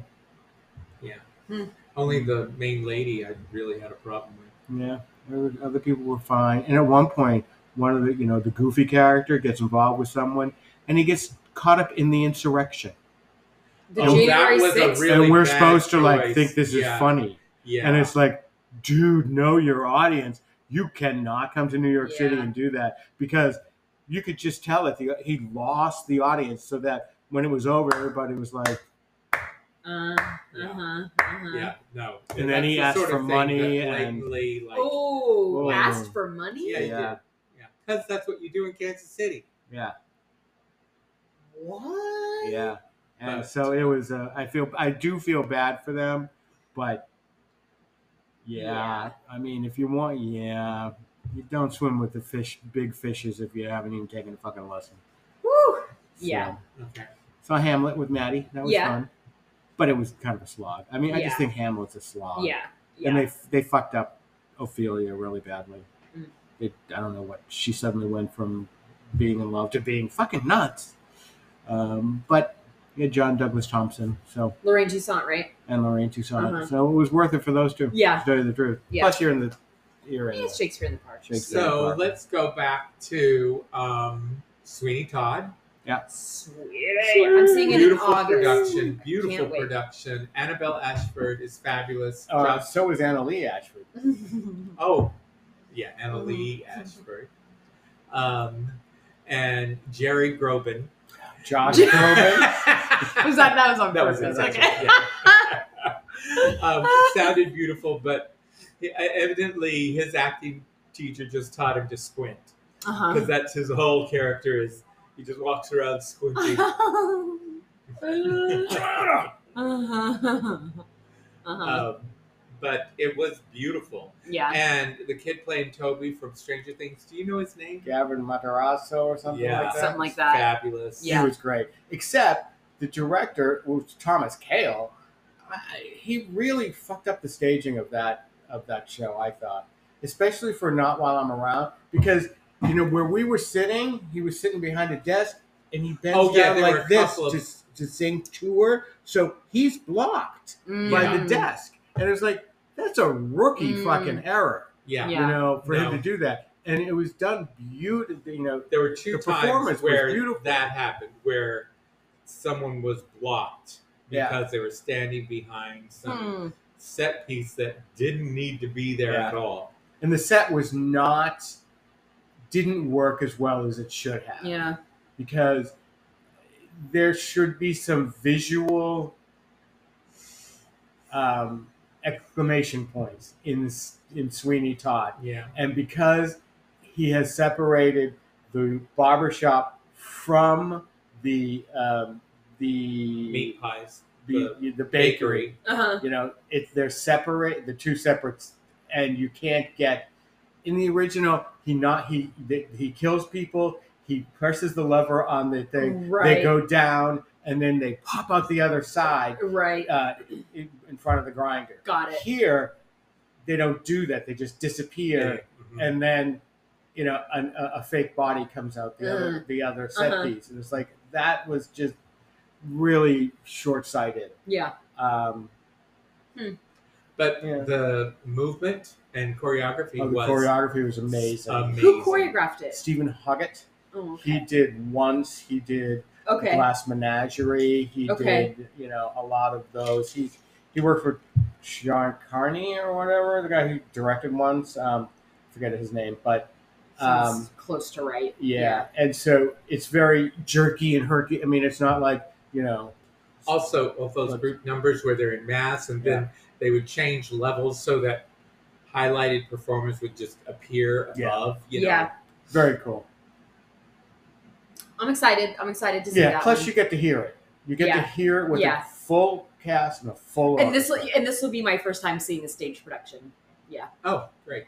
Speaker 3: Mm.
Speaker 1: Only the main lady I really had a problem with.
Speaker 3: yeah, other, other people were fine, and at one point, one of the you know the goofy character gets involved with someone, and he gets caught up in the insurrection.
Speaker 2: the
Speaker 3: Oh, that
Speaker 2: January
Speaker 1: was a
Speaker 2: 6th.
Speaker 1: real- Really
Speaker 3: and we're
Speaker 1: bad
Speaker 3: supposed to like
Speaker 1: choice.
Speaker 3: think this is
Speaker 1: Yeah.
Speaker 3: funny,
Speaker 1: Yeah.
Speaker 3: and it's like, dude, know your audience. You cannot come to New York City
Speaker 2: Yeah.
Speaker 3: and do that because you could just tell it. The, he lost the audience, so that when it was over, everybody was like,
Speaker 2: uh, uh-huh, uh-huh.
Speaker 1: yeah. No.
Speaker 3: And then he
Speaker 1: That's the sort
Speaker 3: asked
Speaker 1: of
Speaker 3: for
Speaker 1: thing
Speaker 3: money
Speaker 1: that
Speaker 3: and-
Speaker 1: blatantly, like,
Speaker 2: Oh,
Speaker 3: Oh.
Speaker 2: asked for money?
Speaker 1: yeah, yeah,
Speaker 3: Yeah.
Speaker 1: yeah. Because that's what you do in Kansas City.
Speaker 3: yeah,
Speaker 2: What?
Speaker 3: yeah. And
Speaker 1: But-
Speaker 3: so it was. Uh, I feel. I do feel bad for them, but yeah,
Speaker 2: Yeah.
Speaker 3: I mean, if you want, yeah, you don't swim with the fish, big fishes, if you haven't even taken a fucking lesson.
Speaker 2: Woo!
Speaker 3: So-
Speaker 2: Yeah.
Speaker 1: Okay.
Speaker 3: Saw Hamlet with Maddie. That was
Speaker 2: Yeah.
Speaker 3: fun. But it was kind of a slog. I mean, I
Speaker 2: Yeah.
Speaker 3: just think Hamlet's a slog.
Speaker 2: Yeah. Yeah.
Speaker 3: And they they fucked up Ophelia really badly.
Speaker 2: Mm.
Speaker 3: It, I don't know what she suddenly went from being in love to being fucking nuts. Um, but yeah, John Douglas Thompson, so
Speaker 2: Lorraine Toussaint, right?
Speaker 3: and Lorraine Toussaint,
Speaker 2: Uh-huh.
Speaker 3: so it was worth it for those two.
Speaker 2: Yeah.
Speaker 3: to tell you the truth.
Speaker 2: Yeah.
Speaker 3: Plus, you're in the you're in.
Speaker 2: Yeah, it's
Speaker 3: the-
Speaker 2: Shakespeare in the Park.
Speaker 3: Shakespeare.
Speaker 1: So
Speaker 3: Exactly.
Speaker 1: let's go back to um, Sweeney Todd.
Speaker 2: Sweet. I'm seeing it in
Speaker 1: beautiful
Speaker 2: August.
Speaker 1: production. Beautiful
Speaker 2: Can't wait.
Speaker 1: production. Annabelle Ashford is fabulous.
Speaker 3: uh,
Speaker 1: Josh-
Speaker 3: so is Anna Lee Ashford.
Speaker 1: oh, yeah, Anna Lee Ashford, um, and Jerry Groban.
Speaker 3: Josh
Speaker 2: Jer-
Speaker 3: Groban.
Speaker 2: was
Speaker 1: was
Speaker 2: that that was on
Speaker 1: That was
Speaker 2: purpose?
Speaker 1: it,
Speaker 2: okay.
Speaker 1: yeah. um, sounded beautiful, but e, evidently his acting teacher just taught him to squint
Speaker 2: Uh
Speaker 1: because that's his whole character is he just walks around squinting.
Speaker 2: huh. uh-huh. Uh-huh.
Speaker 1: um, but it was beautiful.
Speaker 2: Yeah.
Speaker 1: And the kid playing Toby from Stranger Things, do you know his name?
Speaker 3: Gavin Matarazzo or something
Speaker 1: Yeah.
Speaker 3: like that.
Speaker 2: Something like that.
Speaker 1: Fabulous.
Speaker 2: Yeah.
Speaker 3: He was great. Except the director, was Thomas Kail, I, he really fucked up the staging of that of that show. I thought, especially for not while I'm around, because you know where we were sitting, he was sitting behind a desk, and he bends
Speaker 1: Oh, yeah,
Speaker 3: down
Speaker 1: there were
Speaker 3: like
Speaker 1: a
Speaker 3: this
Speaker 1: couple of-
Speaker 3: to to sing to her. So he's blocked by the
Speaker 2: Mm.
Speaker 3: desk, and it was like that's a rookie
Speaker 2: Mm.
Speaker 3: fucking error,
Speaker 1: Yeah.
Speaker 2: Yeah.
Speaker 3: you know, for
Speaker 1: No.
Speaker 3: him to do that. And it was done beautifully, you know.
Speaker 1: There were two
Speaker 3: The performance
Speaker 1: times
Speaker 3: was
Speaker 1: where
Speaker 3: beautiful.
Speaker 1: that happened, where someone was blocked
Speaker 3: Yeah.
Speaker 1: because they were standing behind some
Speaker 2: Hmm.
Speaker 1: set piece that didn't need to be there
Speaker 3: Yeah.
Speaker 1: at all.
Speaker 3: and the set was not didn't work as well as it should have
Speaker 2: Yeah.
Speaker 3: because there should be some visual um, exclamation points in s- in Sweeney Todd
Speaker 1: Yeah.
Speaker 3: and because he has separated the barbershop from the um, the
Speaker 1: Meat pies.
Speaker 3: the, the,
Speaker 1: Bakery.
Speaker 3: bakery
Speaker 2: Uh-huh.
Speaker 3: you know it they're separate the two separates and you can't get in the original he not he th- he kills people he presses the lever on the thing
Speaker 2: Right.
Speaker 3: they go down and then they pop out the other side
Speaker 2: Right.
Speaker 3: uh, in, in front of the grinder
Speaker 2: Got it.
Speaker 3: here they don't do that they just disappear
Speaker 1: Mhm.
Speaker 3: and then you know an, a, a fake body comes out the other the other set
Speaker 2: Uh-huh.
Speaker 3: piece and it's like that was just really short-sighted
Speaker 2: Yeah.
Speaker 3: um
Speaker 1: but
Speaker 3: yeah.
Speaker 1: the movement and choreography
Speaker 3: Oh, the
Speaker 1: was
Speaker 3: choreography was amazing.
Speaker 1: amazing.
Speaker 2: Who choreographed it?
Speaker 3: Stephen Huggett.
Speaker 2: Oh,
Speaker 3: He um,
Speaker 2: okay.
Speaker 3: did once. He did
Speaker 2: Okay.
Speaker 3: Glass Menagerie. He
Speaker 2: Okay.
Speaker 3: did you know a lot of those. He he worked for Sean Carney or whatever the guy who directed once. Um, forget his name, but
Speaker 2: Sounds
Speaker 3: um,
Speaker 2: close to right.
Speaker 3: yeah. And so it's very jerky and herky. I mean, it's not like you know.
Speaker 1: also of those
Speaker 3: But-
Speaker 1: group numbers where they're in mass and then they would change levels so that highlighted performers would just appear
Speaker 3: Yeah.
Speaker 1: above you know
Speaker 2: Yeah.
Speaker 3: Very cool.
Speaker 2: I'm excited. I'm excited to see
Speaker 3: Yeah.
Speaker 2: that.
Speaker 3: Plus,
Speaker 2: one.
Speaker 3: you get to hear it. You get
Speaker 2: Yeah.
Speaker 3: to hear it with
Speaker 2: Yeah.
Speaker 3: a full cast and a full.
Speaker 2: and this will
Speaker 3: orchestra.
Speaker 2: and this will be my first time seeing a stage production.
Speaker 1: oh great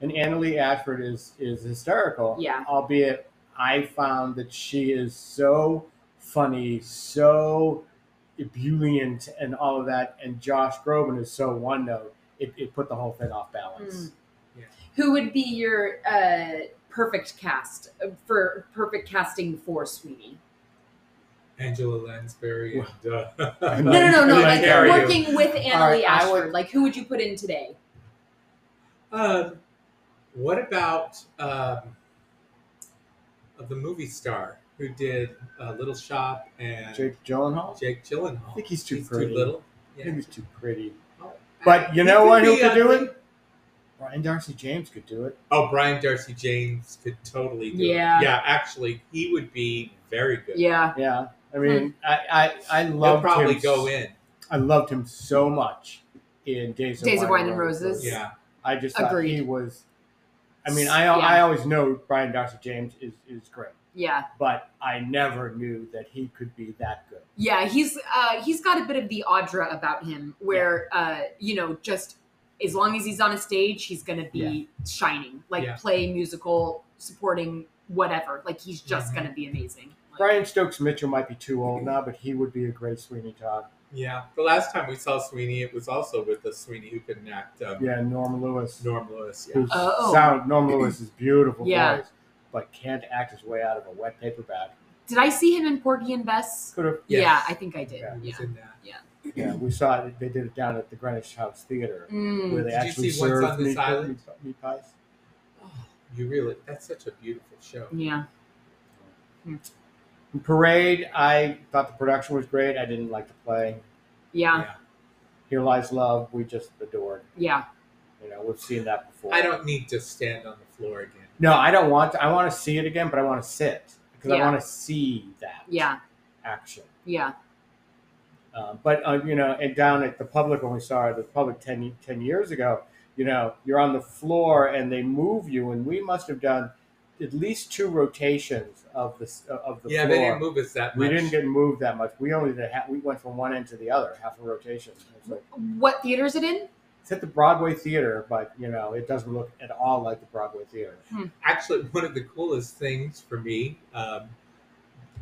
Speaker 3: And Annalie Ashford is is hysterical.
Speaker 2: Yeah.
Speaker 3: Albeit I found that she is so funny, so ebullient and all of that, and Josh Groban is so one note, it, it put the whole thing off balance.
Speaker 2: Who would be your uh, perfect cast uh, for perfect casting for Sweeney?
Speaker 1: angela lansbury and uh,
Speaker 3: And
Speaker 2: No, no, no, no.
Speaker 3: Like
Speaker 2: Like
Speaker 1: Carrie.
Speaker 2: working with Annalie
Speaker 3: Alright, I would-
Speaker 2: Ashford. Like who would you put in today?
Speaker 1: um, what about um, of the movie star who did uh, Little Shop
Speaker 2: Hmm.
Speaker 1: and Jake,
Speaker 3: Jake Gyllenhaal.
Speaker 1: Gyllenhaal.
Speaker 3: I think he's too
Speaker 1: he's
Speaker 3: pretty.
Speaker 1: too little.
Speaker 3: I think
Speaker 1: Yeah.
Speaker 3: he's too pretty.
Speaker 1: Oh,
Speaker 3: But you
Speaker 1: he
Speaker 3: know
Speaker 1: could
Speaker 3: what? Who
Speaker 1: be
Speaker 3: could do
Speaker 1: ugly.
Speaker 3: it? Brian Darcy James could do it.
Speaker 1: Oh, Brian Darcy James could totally do
Speaker 2: Yeah.
Speaker 1: it. Yeah, actually, he would be very good.
Speaker 2: Yeah.
Speaker 3: Yeah.
Speaker 2: Hmm.
Speaker 3: I mean, I I I
Speaker 1: He'll
Speaker 3: loved
Speaker 1: probably
Speaker 3: him.
Speaker 1: go
Speaker 3: s-
Speaker 1: in.
Speaker 3: I loved him so much in Days of
Speaker 2: Days of
Speaker 3: Wine
Speaker 2: Wine and Roses.
Speaker 1: Yeah.
Speaker 3: I just thought
Speaker 2: Agreed.
Speaker 3: he was. I mean, I
Speaker 2: Yeah.
Speaker 3: I always know Brian Darcy James is is great,
Speaker 2: Yeah.
Speaker 3: but I never knew that he could be that good.
Speaker 2: Yeah. He's uh he's got a bit of the Audra about him where uh, you know, just as long as he's on a stage, he's gonna be shining. Like
Speaker 1: Yeah.
Speaker 2: play, musical, supporting whatever. Like he's just
Speaker 1: Mhm.
Speaker 2: gonna be amazing. Like,
Speaker 3: Brian Stokes Mitchell might be too old now, but he would be a great Sweeney Todd.
Speaker 1: Yeah. The last time we saw Sweeney, it was also with the Sweeney who could act um,
Speaker 3: Yeah, Norm Lewis.
Speaker 1: Norm Lewis. Yeah.
Speaker 3: whose
Speaker 2: Oh.
Speaker 3: sound Norm Lewis is beautiful
Speaker 2: Yeah.
Speaker 3: voice, but can't act his way out of a wet paper bag.
Speaker 2: Did I see him in Porgy and Bess?
Speaker 3: Could have.
Speaker 1: Yes.
Speaker 2: Yeah, I think I did.
Speaker 3: Yeah,
Speaker 2: Yeah.
Speaker 1: He was in that.
Speaker 3: Yeah, we saw it. They did it down at the Greenwich House Theater
Speaker 2: Mm.
Speaker 3: where they
Speaker 1: Did you
Speaker 3: actually
Speaker 1: see Once on
Speaker 3: served
Speaker 1: This
Speaker 3: meat,
Speaker 1: Island?
Speaker 3: meat- meat pies.
Speaker 1: Oh, you really, that's such a beautiful show.
Speaker 2: Yeah.
Speaker 3: In Parade. I thought the production was great. I didn't like the play.
Speaker 2: Yeah.
Speaker 3: Here Lies Love. We just adored.
Speaker 2: Yeah.
Speaker 3: You know, we've seen that before.
Speaker 1: I don't need to stand on the floor again.
Speaker 3: No, I don't want. To, I want to see it again, but I want to sit because I
Speaker 2: Yeah.
Speaker 3: want to see that
Speaker 2: Yeah.
Speaker 3: action.
Speaker 2: Yeah.
Speaker 3: Um, but uh, you know, and down at the public when we saw the public 10, 10 years ago, you know, you're on the floor and they move you, and we must have done at least two rotations of the s- uh, of the
Speaker 1: yeah,
Speaker 3: floor.
Speaker 1: they didn't move us that
Speaker 3: we
Speaker 1: much.
Speaker 3: didn't get moved that much. We only did ha- we went from one end to the other, half a rotation. It's, like,
Speaker 2: What theater is it in?
Speaker 3: it's at the Broadway theater, but you know, it doesn't look at all like the Broadway theater.
Speaker 1: Actually, one of the coolest things for me, um,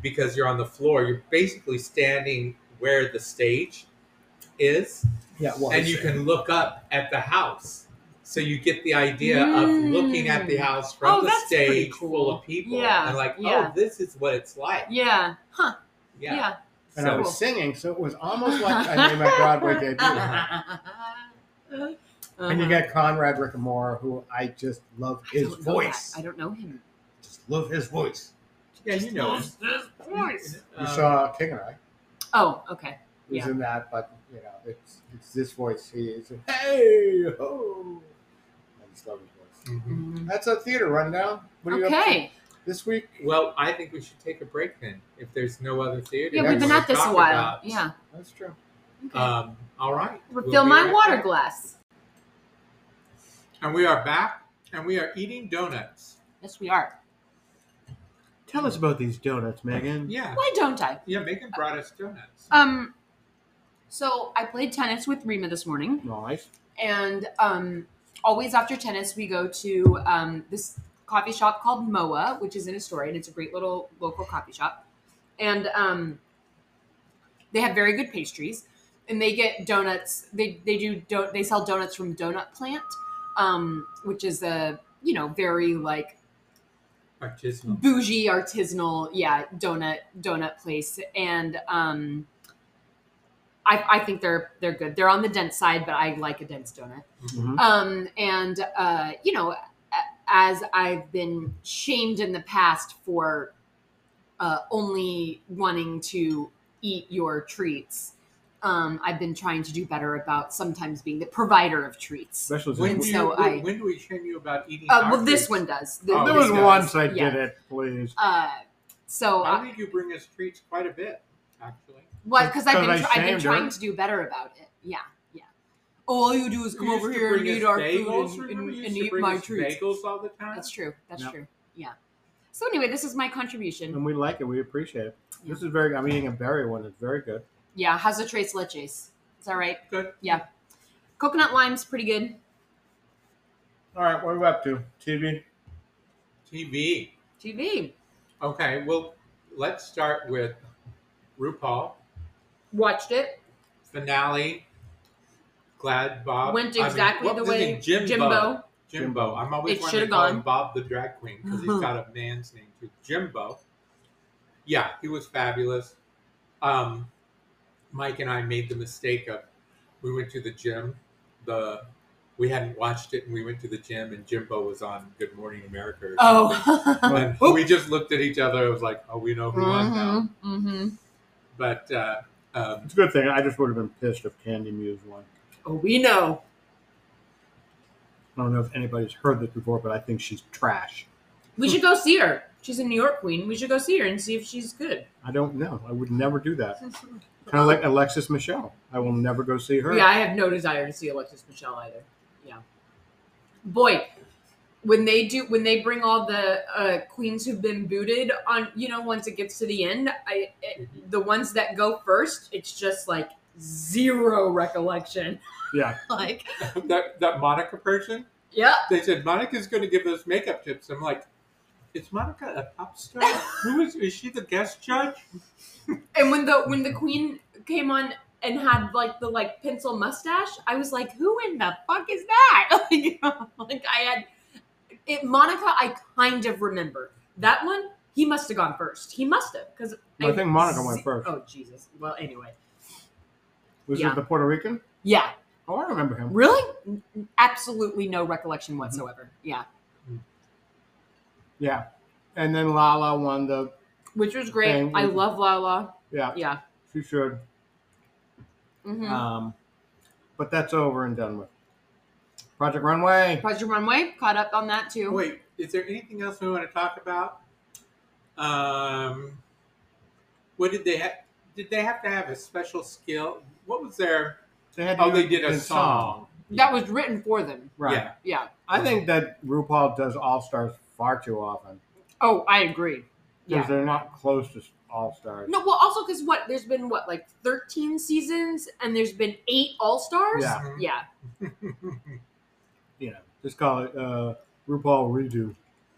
Speaker 1: because you're on the floor, you're basically standing where the stage is,
Speaker 3: Yeah, well,
Speaker 1: and you can look up at the house. So you get the idea of looking at the
Speaker 2: Mm.
Speaker 1: house from
Speaker 2: Oh,
Speaker 1: the
Speaker 2: that's pretty
Speaker 1: stage
Speaker 2: cool.
Speaker 1: full of people,
Speaker 2: Yeah,
Speaker 1: and like,
Speaker 2: yeah.
Speaker 1: oh, this is what it's like.
Speaker 2: Yeah. Huh.
Speaker 1: Yeah.
Speaker 3: and I
Speaker 1: So,
Speaker 2: Cool.
Speaker 3: was singing, so it was almost like I made my Broadway debut.
Speaker 2: Uh-huh.
Speaker 3: And you got Conrad Rickamore, who I just love his voice.
Speaker 2: I don't know him.
Speaker 3: just love his voice.
Speaker 1: yeah, you know. it.
Speaker 2: voice.
Speaker 3: You
Speaker 1: Um,
Speaker 3: saw King and I.
Speaker 2: Oh, okay.
Speaker 3: He was
Speaker 2: Yeah.
Speaker 3: in that, but you know, it's it's this voice. He is hey ho. I just love his voice.
Speaker 1: mhm.
Speaker 3: That's a theater rundown. What are you up
Speaker 2: Okay.
Speaker 3: to this week?
Speaker 1: Well, I think we should take a break then, if there's no other theater.
Speaker 2: Yeah,
Speaker 1: to
Speaker 2: we've been at this a
Speaker 1: talk
Speaker 2: while.
Speaker 1: about.
Speaker 2: Yeah.
Speaker 3: That's true.
Speaker 2: Okay.
Speaker 3: uh,
Speaker 1: Um, all right. We'll
Speaker 2: Refill
Speaker 1: be
Speaker 2: my
Speaker 1: right
Speaker 2: water
Speaker 1: back.
Speaker 2: glass.
Speaker 1: And we are back, and we are eating donuts.
Speaker 2: Yes, we are.
Speaker 3: Tell us about these donuts, Megan.
Speaker 1: Yeah,
Speaker 2: Why don't I?
Speaker 1: yeah. Megan brought us donuts.
Speaker 2: Um. So I played tennis with Rima this morning.
Speaker 3: Nice.
Speaker 2: and um, always after tennis we go to um, this coffee shop called moa which is in astoria and it's a great little local coffee shop and um, they have very good pastries and they get donuts they, they do don- they sell donuts from donut plant um, which is a you know very like
Speaker 1: Artisanal.
Speaker 2: bougie artisanal yeah donut donut place and um I, I think they're they're good they're on the dense side but i like a dense donut
Speaker 3: Mhm.
Speaker 2: um, and uh, you know, a- as I've been shamed in the past for uh, only wanting to eat your treats, um, I've been trying to do better about sometimes being the provider of treats.
Speaker 3: Especially
Speaker 1: When
Speaker 3: since
Speaker 1: do,
Speaker 2: so
Speaker 1: you,
Speaker 2: I-
Speaker 1: when do we shame you about eating?
Speaker 2: Uh,
Speaker 1: our
Speaker 2: well, this
Speaker 1: treats?
Speaker 2: one does. Th-
Speaker 1: Oh,
Speaker 3: there
Speaker 2: this
Speaker 3: was
Speaker 1: okay.
Speaker 2: one
Speaker 3: once
Speaker 2: does.
Speaker 3: I
Speaker 2: Yeah.
Speaker 3: did it, please.
Speaker 2: Uh, so
Speaker 1: Oh, I
Speaker 2: I,
Speaker 1: think you bring us treats quite a bit, actually.
Speaker 2: what? Because I've
Speaker 3: 'Cause
Speaker 2: been
Speaker 3: I
Speaker 2: tr- I've been
Speaker 3: shamed her.
Speaker 2: trying to do better about it. Yeah, yeah. All you do is
Speaker 1: You
Speaker 2: come
Speaker 1: used
Speaker 2: over
Speaker 1: to
Speaker 2: here and
Speaker 1: bring
Speaker 2: eat
Speaker 1: us
Speaker 2: our
Speaker 1: bagels,
Speaker 2: food and,
Speaker 1: remember?
Speaker 2: and,
Speaker 1: You
Speaker 2: and
Speaker 1: used to
Speaker 2: eat
Speaker 1: bring
Speaker 2: my
Speaker 1: us
Speaker 2: treats.
Speaker 1: Bagels all the time.
Speaker 2: That's true. That's
Speaker 3: Yeah.
Speaker 2: true. Yeah. So anyway, this is my contribution.
Speaker 1: Um,
Speaker 3: And we like it. We appreciate it. This is very. I'm eating a berry one. It's very good.
Speaker 2: Yeah, has a trace leches. Is that right?
Speaker 1: Good.
Speaker 2: Yeah. Coconut lime's pretty good.
Speaker 3: All right, what are we up to? TV.
Speaker 1: TV.
Speaker 2: TV.
Speaker 1: Okay. Well, let's start with RuPaul.
Speaker 2: Watched it.
Speaker 1: finale. Glad Bob
Speaker 2: Went
Speaker 1: I mean,
Speaker 2: exactly
Speaker 1: what
Speaker 2: the
Speaker 1: was his
Speaker 2: way
Speaker 1: name? Jimbo. Jimbo.
Speaker 2: Jimbo.
Speaker 1: I'm always
Speaker 2: It
Speaker 1: wanting
Speaker 2: should've
Speaker 1: to call him
Speaker 2: gone.
Speaker 1: Bob the drag queen because he's got a man's name too. Jimbo. Yeah, he was fabulous. Um, Mike and I made the mistake of we went to the gym, the we hadn't watched it, and we went to the gym, and Jimbo was on Good Morning America. or something.
Speaker 2: Oh.
Speaker 1: And we just looked at each other. It was like, oh, we know who won now.
Speaker 2: hmm
Speaker 1: But uh, um,
Speaker 3: It's a good thing. I just would have been pissed if Candy Muse won.
Speaker 2: Oh, we know.
Speaker 3: I don't know if anybody's heard this before, but I think she's trash.
Speaker 2: We should go see her. She's a New York queen. We should go see her and see if she's good.
Speaker 3: I don't know. I would never do that. Kind of like Alexis Michelle. I will never go see her.
Speaker 2: Yeah, I have no desire to see Alexis Michelle either. Yeah. Boy, when they do, when they bring all the uh, queens who've been booted on, you know, once it gets to the end, I it, the ones that go first, it's just like zero recollection.
Speaker 3: Yeah.
Speaker 2: Like,
Speaker 1: that that Monica person,
Speaker 2: yeah,
Speaker 1: they said Monica's going to give us makeup tips. I'm like, is Monica a pop star? who is? Is she the guest judge?
Speaker 2: and when the when the queen came on and had like the like pencil mustache, I was like, who in the fuck is that? like, like I had it. Monica, I kind of remember that one. He must have gone first. He must have because
Speaker 3: I think Monica went first.
Speaker 2: Oh Jesus! Well, anyway,
Speaker 3: Was
Speaker 2: Yeah.
Speaker 3: it the Puerto Rican?
Speaker 2: yeah.
Speaker 3: Oh, I remember him.
Speaker 2: Really? N- Absolutely no
Speaker 3: Mm-hmm.
Speaker 2: recollection whatsoever. Yeah,
Speaker 3: Yeah. And then Lala won the.
Speaker 2: which was great.
Speaker 3: Same.
Speaker 2: I love Lala.
Speaker 3: Yeah,
Speaker 2: Yeah.
Speaker 3: she should.
Speaker 2: Mm-hmm.
Speaker 3: Um, but that's over and done with. Project Runway.
Speaker 2: Project Runway caught up on that too.
Speaker 1: Wait, is there anything else we want to talk about? Um, what did they have? Did they have to have a special skill? What was their?
Speaker 3: They had to
Speaker 1: Oh,
Speaker 3: do
Speaker 1: they did a
Speaker 3: the
Speaker 1: song.
Speaker 2: That was written for them.
Speaker 3: Right.
Speaker 1: Yeah.
Speaker 2: Yeah.
Speaker 3: I think that RuPaul does All Stars far too often
Speaker 2: Oh, I agree.
Speaker 3: because
Speaker 2: Yeah.
Speaker 3: they're not close to All Stars.
Speaker 2: No, well, also because what? There's been what, like 13 seasons, and there's been eight All Stars.
Speaker 3: Yeah.
Speaker 2: Yeah.
Speaker 3: You know, just call it uh, RuPaul Redo.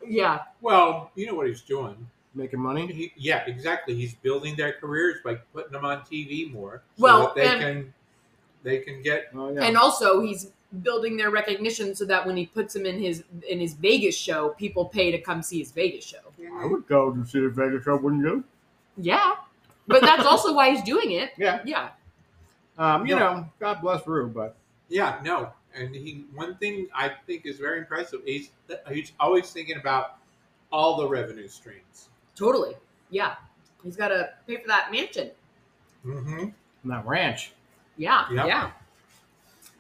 Speaker 2: Yeah.
Speaker 1: well, you know what he's doing.
Speaker 3: Making money.
Speaker 1: He, yeah, exactly. He's building their careers by putting them on TV more. so
Speaker 2: Well,
Speaker 1: that they
Speaker 2: and-
Speaker 1: can they can get
Speaker 3: Oh yeah.
Speaker 2: And also, he's building their recognition so that when he puts them in his in his Vegas show, people pay to come see his Vegas show.
Speaker 3: I would go to see the Vegas show, wouldn't you?
Speaker 2: Yeah. But that's also why he's doing it.
Speaker 3: Yeah.
Speaker 2: Yeah.
Speaker 3: Um, you
Speaker 1: No.
Speaker 3: know, God bless Ru, but
Speaker 1: Yeah, no. And he one thing I think is very impressive. He's he's always thinking about all the revenue streams.
Speaker 2: Totally. Yeah. He's got to pay for that mansion.
Speaker 1: Mm-hmm.
Speaker 3: not ranch.
Speaker 2: Yeah.
Speaker 1: Yep.
Speaker 2: Yeah.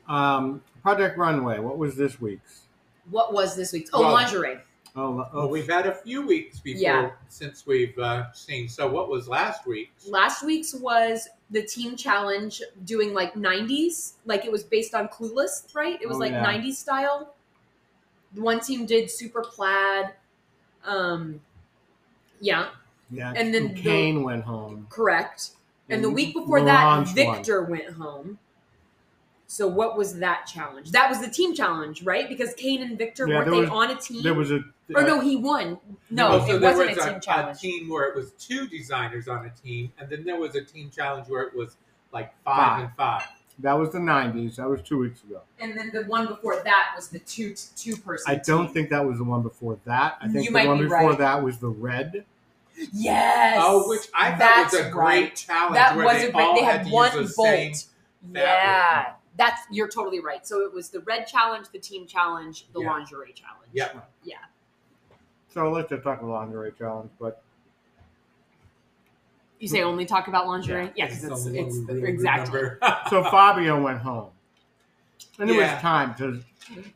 Speaker 3: Um, Project Runway. What was this week's?
Speaker 2: What was this week's? Oh,
Speaker 1: Well-
Speaker 2: lingerie.
Speaker 3: Oh,
Speaker 1: Well, we've had a few weeks before
Speaker 2: Yeah.
Speaker 1: since we've uh, seen. So what was last week's?
Speaker 2: Last week's was the team challenge doing like 90s, like it was based on Clueless, right? It was
Speaker 3: Oh,
Speaker 2: like
Speaker 3: yeah.
Speaker 2: 90s style. One team did super plaid. Um yeah,
Speaker 3: yeah.
Speaker 2: and then the-
Speaker 3: Kane went home.
Speaker 2: correct. And the week before
Speaker 3: Laurence
Speaker 2: that,
Speaker 3: won.
Speaker 2: Victor went home. So what was that challenge? That was the team challenge, right? Because Kane and Victor
Speaker 3: Yeah,
Speaker 2: weren't
Speaker 3: there
Speaker 2: they
Speaker 3: was-
Speaker 2: on a team?
Speaker 3: There was a.
Speaker 2: or no, he won. No,
Speaker 1: Oh, so
Speaker 2: it
Speaker 1: there
Speaker 2: wasn't
Speaker 1: was
Speaker 2: a team
Speaker 1: a,
Speaker 2: challenge.
Speaker 1: team where it was two designers on a team, and then there was a team challenge where it was like
Speaker 3: Five.
Speaker 1: five, and five.
Speaker 3: That was the '90s. That was two weeks ago.
Speaker 2: and then the one before that was the two two person.
Speaker 3: I don't think that was the one before that. I think
Speaker 2: You
Speaker 3: the
Speaker 2: might
Speaker 3: one
Speaker 2: be
Speaker 3: before
Speaker 2: right.
Speaker 3: that was the red.
Speaker 2: Yes.
Speaker 1: Oh, which I thought
Speaker 2: That's
Speaker 1: was a great
Speaker 2: right.
Speaker 1: challenge
Speaker 2: That
Speaker 1: where
Speaker 2: was
Speaker 1: they
Speaker 2: a great.
Speaker 1: all
Speaker 2: They
Speaker 1: had,
Speaker 2: had,
Speaker 1: to
Speaker 2: one
Speaker 1: use the
Speaker 2: bolt.
Speaker 1: same
Speaker 2: yeah, that's you're totally right. So it was the red challenge, the team challenge, the
Speaker 1: Yeah.
Speaker 2: lingerie challenge.
Speaker 1: Yeah.
Speaker 3: So let's just talk about lingerie challenge. But
Speaker 2: You say only talk about lingerie. Yeah, because
Speaker 1: the
Speaker 2: it's,
Speaker 1: one
Speaker 2: it's
Speaker 1: we really
Speaker 2: exactly.
Speaker 1: remember.
Speaker 3: so Fabio went home, and it
Speaker 1: Yeah.
Speaker 3: was time because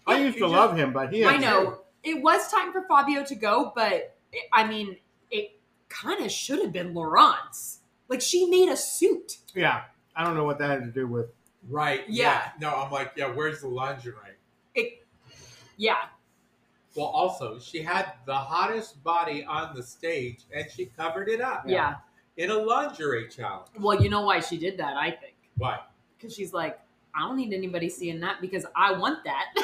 Speaker 3: I used
Speaker 1: He
Speaker 3: to
Speaker 1: just-
Speaker 3: love him, but he.
Speaker 2: I know it was time for Fabio to go, but it, I mean, it kind of should have been Laurence. Like she made a suit.
Speaker 3: Yeah, I don't know what that had to do with.
Speaker 1: Right.
Speaker 2: Yeah.
Speaker 1: No, I'm like, yeah. Where's the lingerie?
Speaker 2: Yeah,
Speaker 1: Well, also, she had the hottest body on the stage, and she covered it up
Speaker 2: yeah.
Speaker 1: in a lingerie challenge.
Speaker 2: Well, you know why she did that, I think.
Speaker 1: Why?
Speaker 2: because she's like, I don't need anybody seeing that because I want that.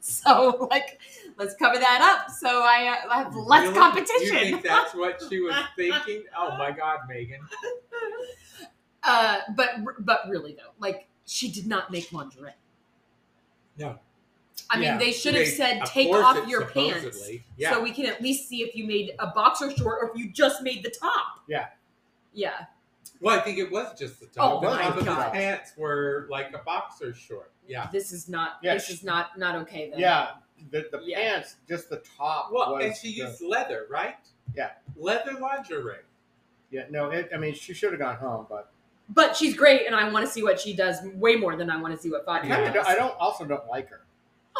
Speaker 2: so like, let's cover that up. So I, uh, I have less
Speaker 1: Really? You
Speaker 2: competition.
Speaker 1: think that's what she was thinking? Oh my God, Megan.
Speaker 2: uh, but but really though, like she did not make lingerie.
Speaker 1: No.
Speaker 2: I
Speaker 1: Yeah.
Speaker 2: mean, they should have
Speaker 1: They-
Speaker 2: said,
Speaker 1: of
Speaker 2: "Take
Speaker 1: course
Speaker 2: off
Speaker 1: it
Speaker 2: your pants,"
Speaker 1: supposedly- Yeah.
Speaker 2: so we can at least see if you made a boxer short or if you just made the top.
Speaker 3: Yeah.
Speaker 2: Yeah.
Speaker 1: Well, I think it was just the top.
Speaker 2: Oh,
Speaker 1: the
Speaker 3: my
Speaker 1: top of his
Speaker 3: God.
Speaker 1: pants were like a boxer short. Yeah.
Speaker 2: This is not.
Speaker 3: Yeah,
Speaker 2: This
Speaker 3: she-
Speaker 2: is not not okay. Then.
Speaker 3: Yeah, the, the
Speaker 2: Yeah.
Speaker 3: pants, just the top.
Speaker 1: Well,
Speaker 3: was
Speaker 1: and she
Speaker 3: the-
Speaker 1: used leather, right?
Speaker 3: Yeah.
Speaker 1: Leather lingerie.
Speaker 3: Yeah, no, it, I mean, she should have gone home, but
Speaker 2: But she's great, and I want to see what she does way more than I want to see what
Speaker 3: I
Speaker 2: Fatima
Speaker 3: kind
Speaker 1: Yeah.
Speaker 3: of
Speaker 2: does.
Speaker 3: don't, I don't also don't like her.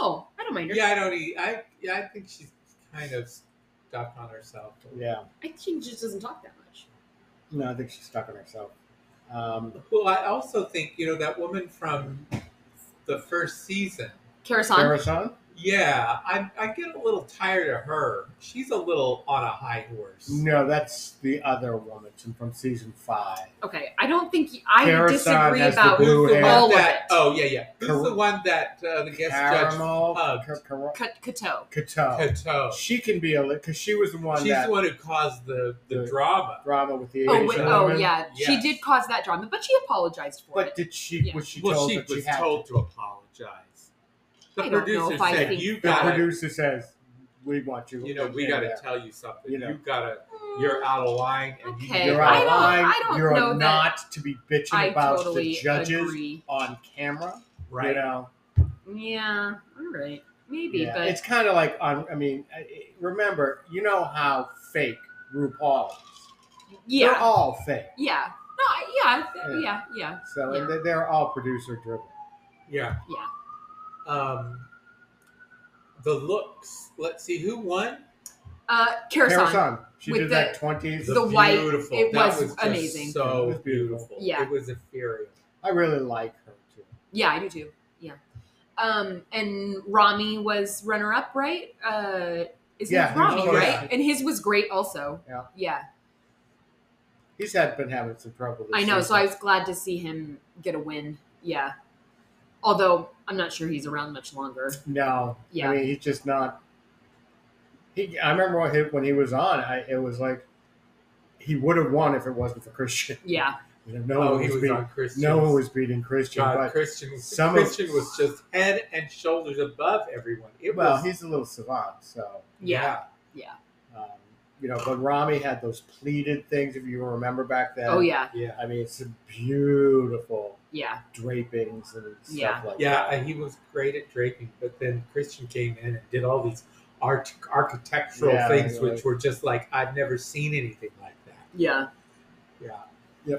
Speaker 2: oh, I don't mind her.
Speaker 1: Yeah, I don't eat. I yeah, I think she's kind of stuck on herself.
Speaker 3: Yeah,
Speaker 2: I think she just doesn't talk that much.
Speaker 3: no, I think she's stuck on herself. Um,
Speaker 1: Well, I also think you know that woman from the first season.
Speaker 2: Karasan.
Speaker 3: Harrison?
Speaker 1: Yeah, I I get a little tired of her. She's a little on a high horse.
Speaker 3: No, that's the other woman from- from season five.
Speaker 2: Okay, I don't think I
Speaker 3: Karasan
Speaker 2: disagree
Speaker 3: has the
Speaker 2: about
Speaker 3: blue
Speaker 1: Who's the
Speaker 3: hair.
Speaker 1: one
Speaker 2: all of
Speaker 1: that?
Speaker 2: it.
Speaker 1: Oh yeah, yeah. Who's
Speaker 3: Car-
Speaker 1: the one that uh, the guest judge
Speaker 3: Caramel,
Speaker 1: hugged.
Speaker 3: Car- Car-
Speaker 2: Kat- Kato.
Speaker 3: Cato.
Speaker 1: Kato?
Speaker 3: She can be a because she was the one
Speaker 1: She's
Speaker 3: that
Speaker 1: the one who caused the the
Speaker 3: The-
Speaker 1: drama.
Speaker 3: drama with the
Speaker 2: Oh,
Speaker 3: Asian
Speaker 2: wait,
Speaker 1: Asian
Speaker 2: oh
Speaker 3: woman.
Speaker 2: yeah, she
Speaker 1: Yes.
Speaker 2: did cause that drama, but she apologized for
Speaker 3: But
Speaker 2: it.
Speaker 3: did she?
Speaker 2: Yeah.
Speaker 3: Was she
Speaker 1: well,
Speaker 3: told
Speaker 1: she
Speaker 3: that she
Speaker 1: was
Speaker 3: had?
Speaker 1: told
Speaker 3: to,
Speaker 1: to apologize. The
Speaker 2: I don't know
Speaker 1: producer
Speaker 2: if I
Speaker 1: said,
Speaker 2: think-
Speaker 1: "You
Speaker 3: the
Speaker 1: got to,
Speaker 3: producer says, "We want you."
Speaker 1: you know, we
Speaker 3: in
Speaker 1: got to
Speaker 3: there.
Speaker 1: tell you something.
Speaker 3: You know.
Speaker 1: You got to, you're out of line, and
Speaker 2: Okay,
Speaker 1: you
Speaker 3: You're
Speaker 2: I
Speaker 3: out of
Speaker 2: don't-
Speaker 3: line.
Speaker 2: I don't
Speaker 3: You're
Speaker 2: know that-
Speaker 3: not to be bitching
Speaker 2: I
Speaker 3: about
Speaker 2: totally
Speaker 3: the judges
Speaker 2: agree.
Speaker 3: on camera.
Speaker 1: right."
Speaker 3: You know,
Speaker 2: Yeah, all right, maybe,
Speaker 3: Yeah,
Speaker 2: but
Speaker 3: it's kind of like on. I mean, I- I- remember, you know how fake RuPaul is. They're
Speaker 2: yeah,
Speaker 3: all fake.
Speaker 2: yeah, no, I- yeah,
Speaker 3: Yeah.
Speaker 2: yeah, yeah.
Speaker 3: So and they- they're all producer driven.
Speaker 1: Yeah. Um, the looks. Let's see who won.
Speaker 2: Uh, Karasan.
Speaker 3: Karasan, she
Speaker 2: With
Speaker 3: did that twenties.
Speaker 2: The white,
Speaker 1: beautiful.
Speaker 2: it
Speaker 1: that
Speaker 2: was
Speaker 1: was just
Speaker 2: amazing.
Speaker 1: So
Speaker 3: It was beautiful.
Speaker 1: beautiful.
Speaker 2: Yeah.
Speaker 1: It was ethereal.
Speaker 3: I really like her too.
Speaker 2: Yeah, I do too. Yeah, um, and Rami was runner-up, right? Uh, is
Speaker 3: Yeah,
Speaker 2: yeah,
Speaker 3: he was
Speaker 2: Rami,
Speaker 1: runner-up.
Speaker 2: right? And his was great, also.
Speaker 3: Yeah.
Speaker 2: yeah.
Speaker 3: He's had been having some trouble. This
Speaker 2: I know, so
Speaker 3: season.
Speaker 2: I was glad to see him get a win. Yeah. Although I'm not sure he's around much longer.
Speaker 3: No,
Speaker 2: Yeah.
Speaker 3: I mean he's just not. He, I remember when he, when he was on, I, it was like he would have won if it wasn't for Christian.
Speaker 2: Yeah.
Speaker 3: You know, no
Speaker 1: oh,
Speaker 3: one
Speaker 1: he
Speaker 3: was,
Speaker 1: was
Speaker 3: beating,
Speaker 1: on Christian.
Speaker 3: no one was beating Christian.
Speaker 1: God,
Speaker 3: but
Speaker 1: Christian.
Speaker 3: some of-
Speaker 1: Christian was just head and shoulders above everyone. It
Speaker 3: well,
Speaker 1: was.
Speaker 3: he's a little savant, so
Speaker 2: Yeah.
Speaker 3: yeah. Um, you know, but Rami had those pleated things, if you remember back then.
Speaker 2: Oh yeah.
Speaker 1: Yeah.
Speaker 3: I mean, it's some beautiful
Speaker 2: Yeah.
Speaker 3: drapings and stuff
Speaker 2: Yeah.
Speaker 3: like
Speaker 1: Yeah,
Speaker 3: that.
Speaker 1: and he was great at draping, but then Christian came in and did all these art architectural
Speaker 3: Yeah,
Speaker 1: things,
Speaker 3: yeah.
Speaker 1: which were just like I've never seen anything like that.
Speaker 2: Yeah.
Speaker 1: Yeah,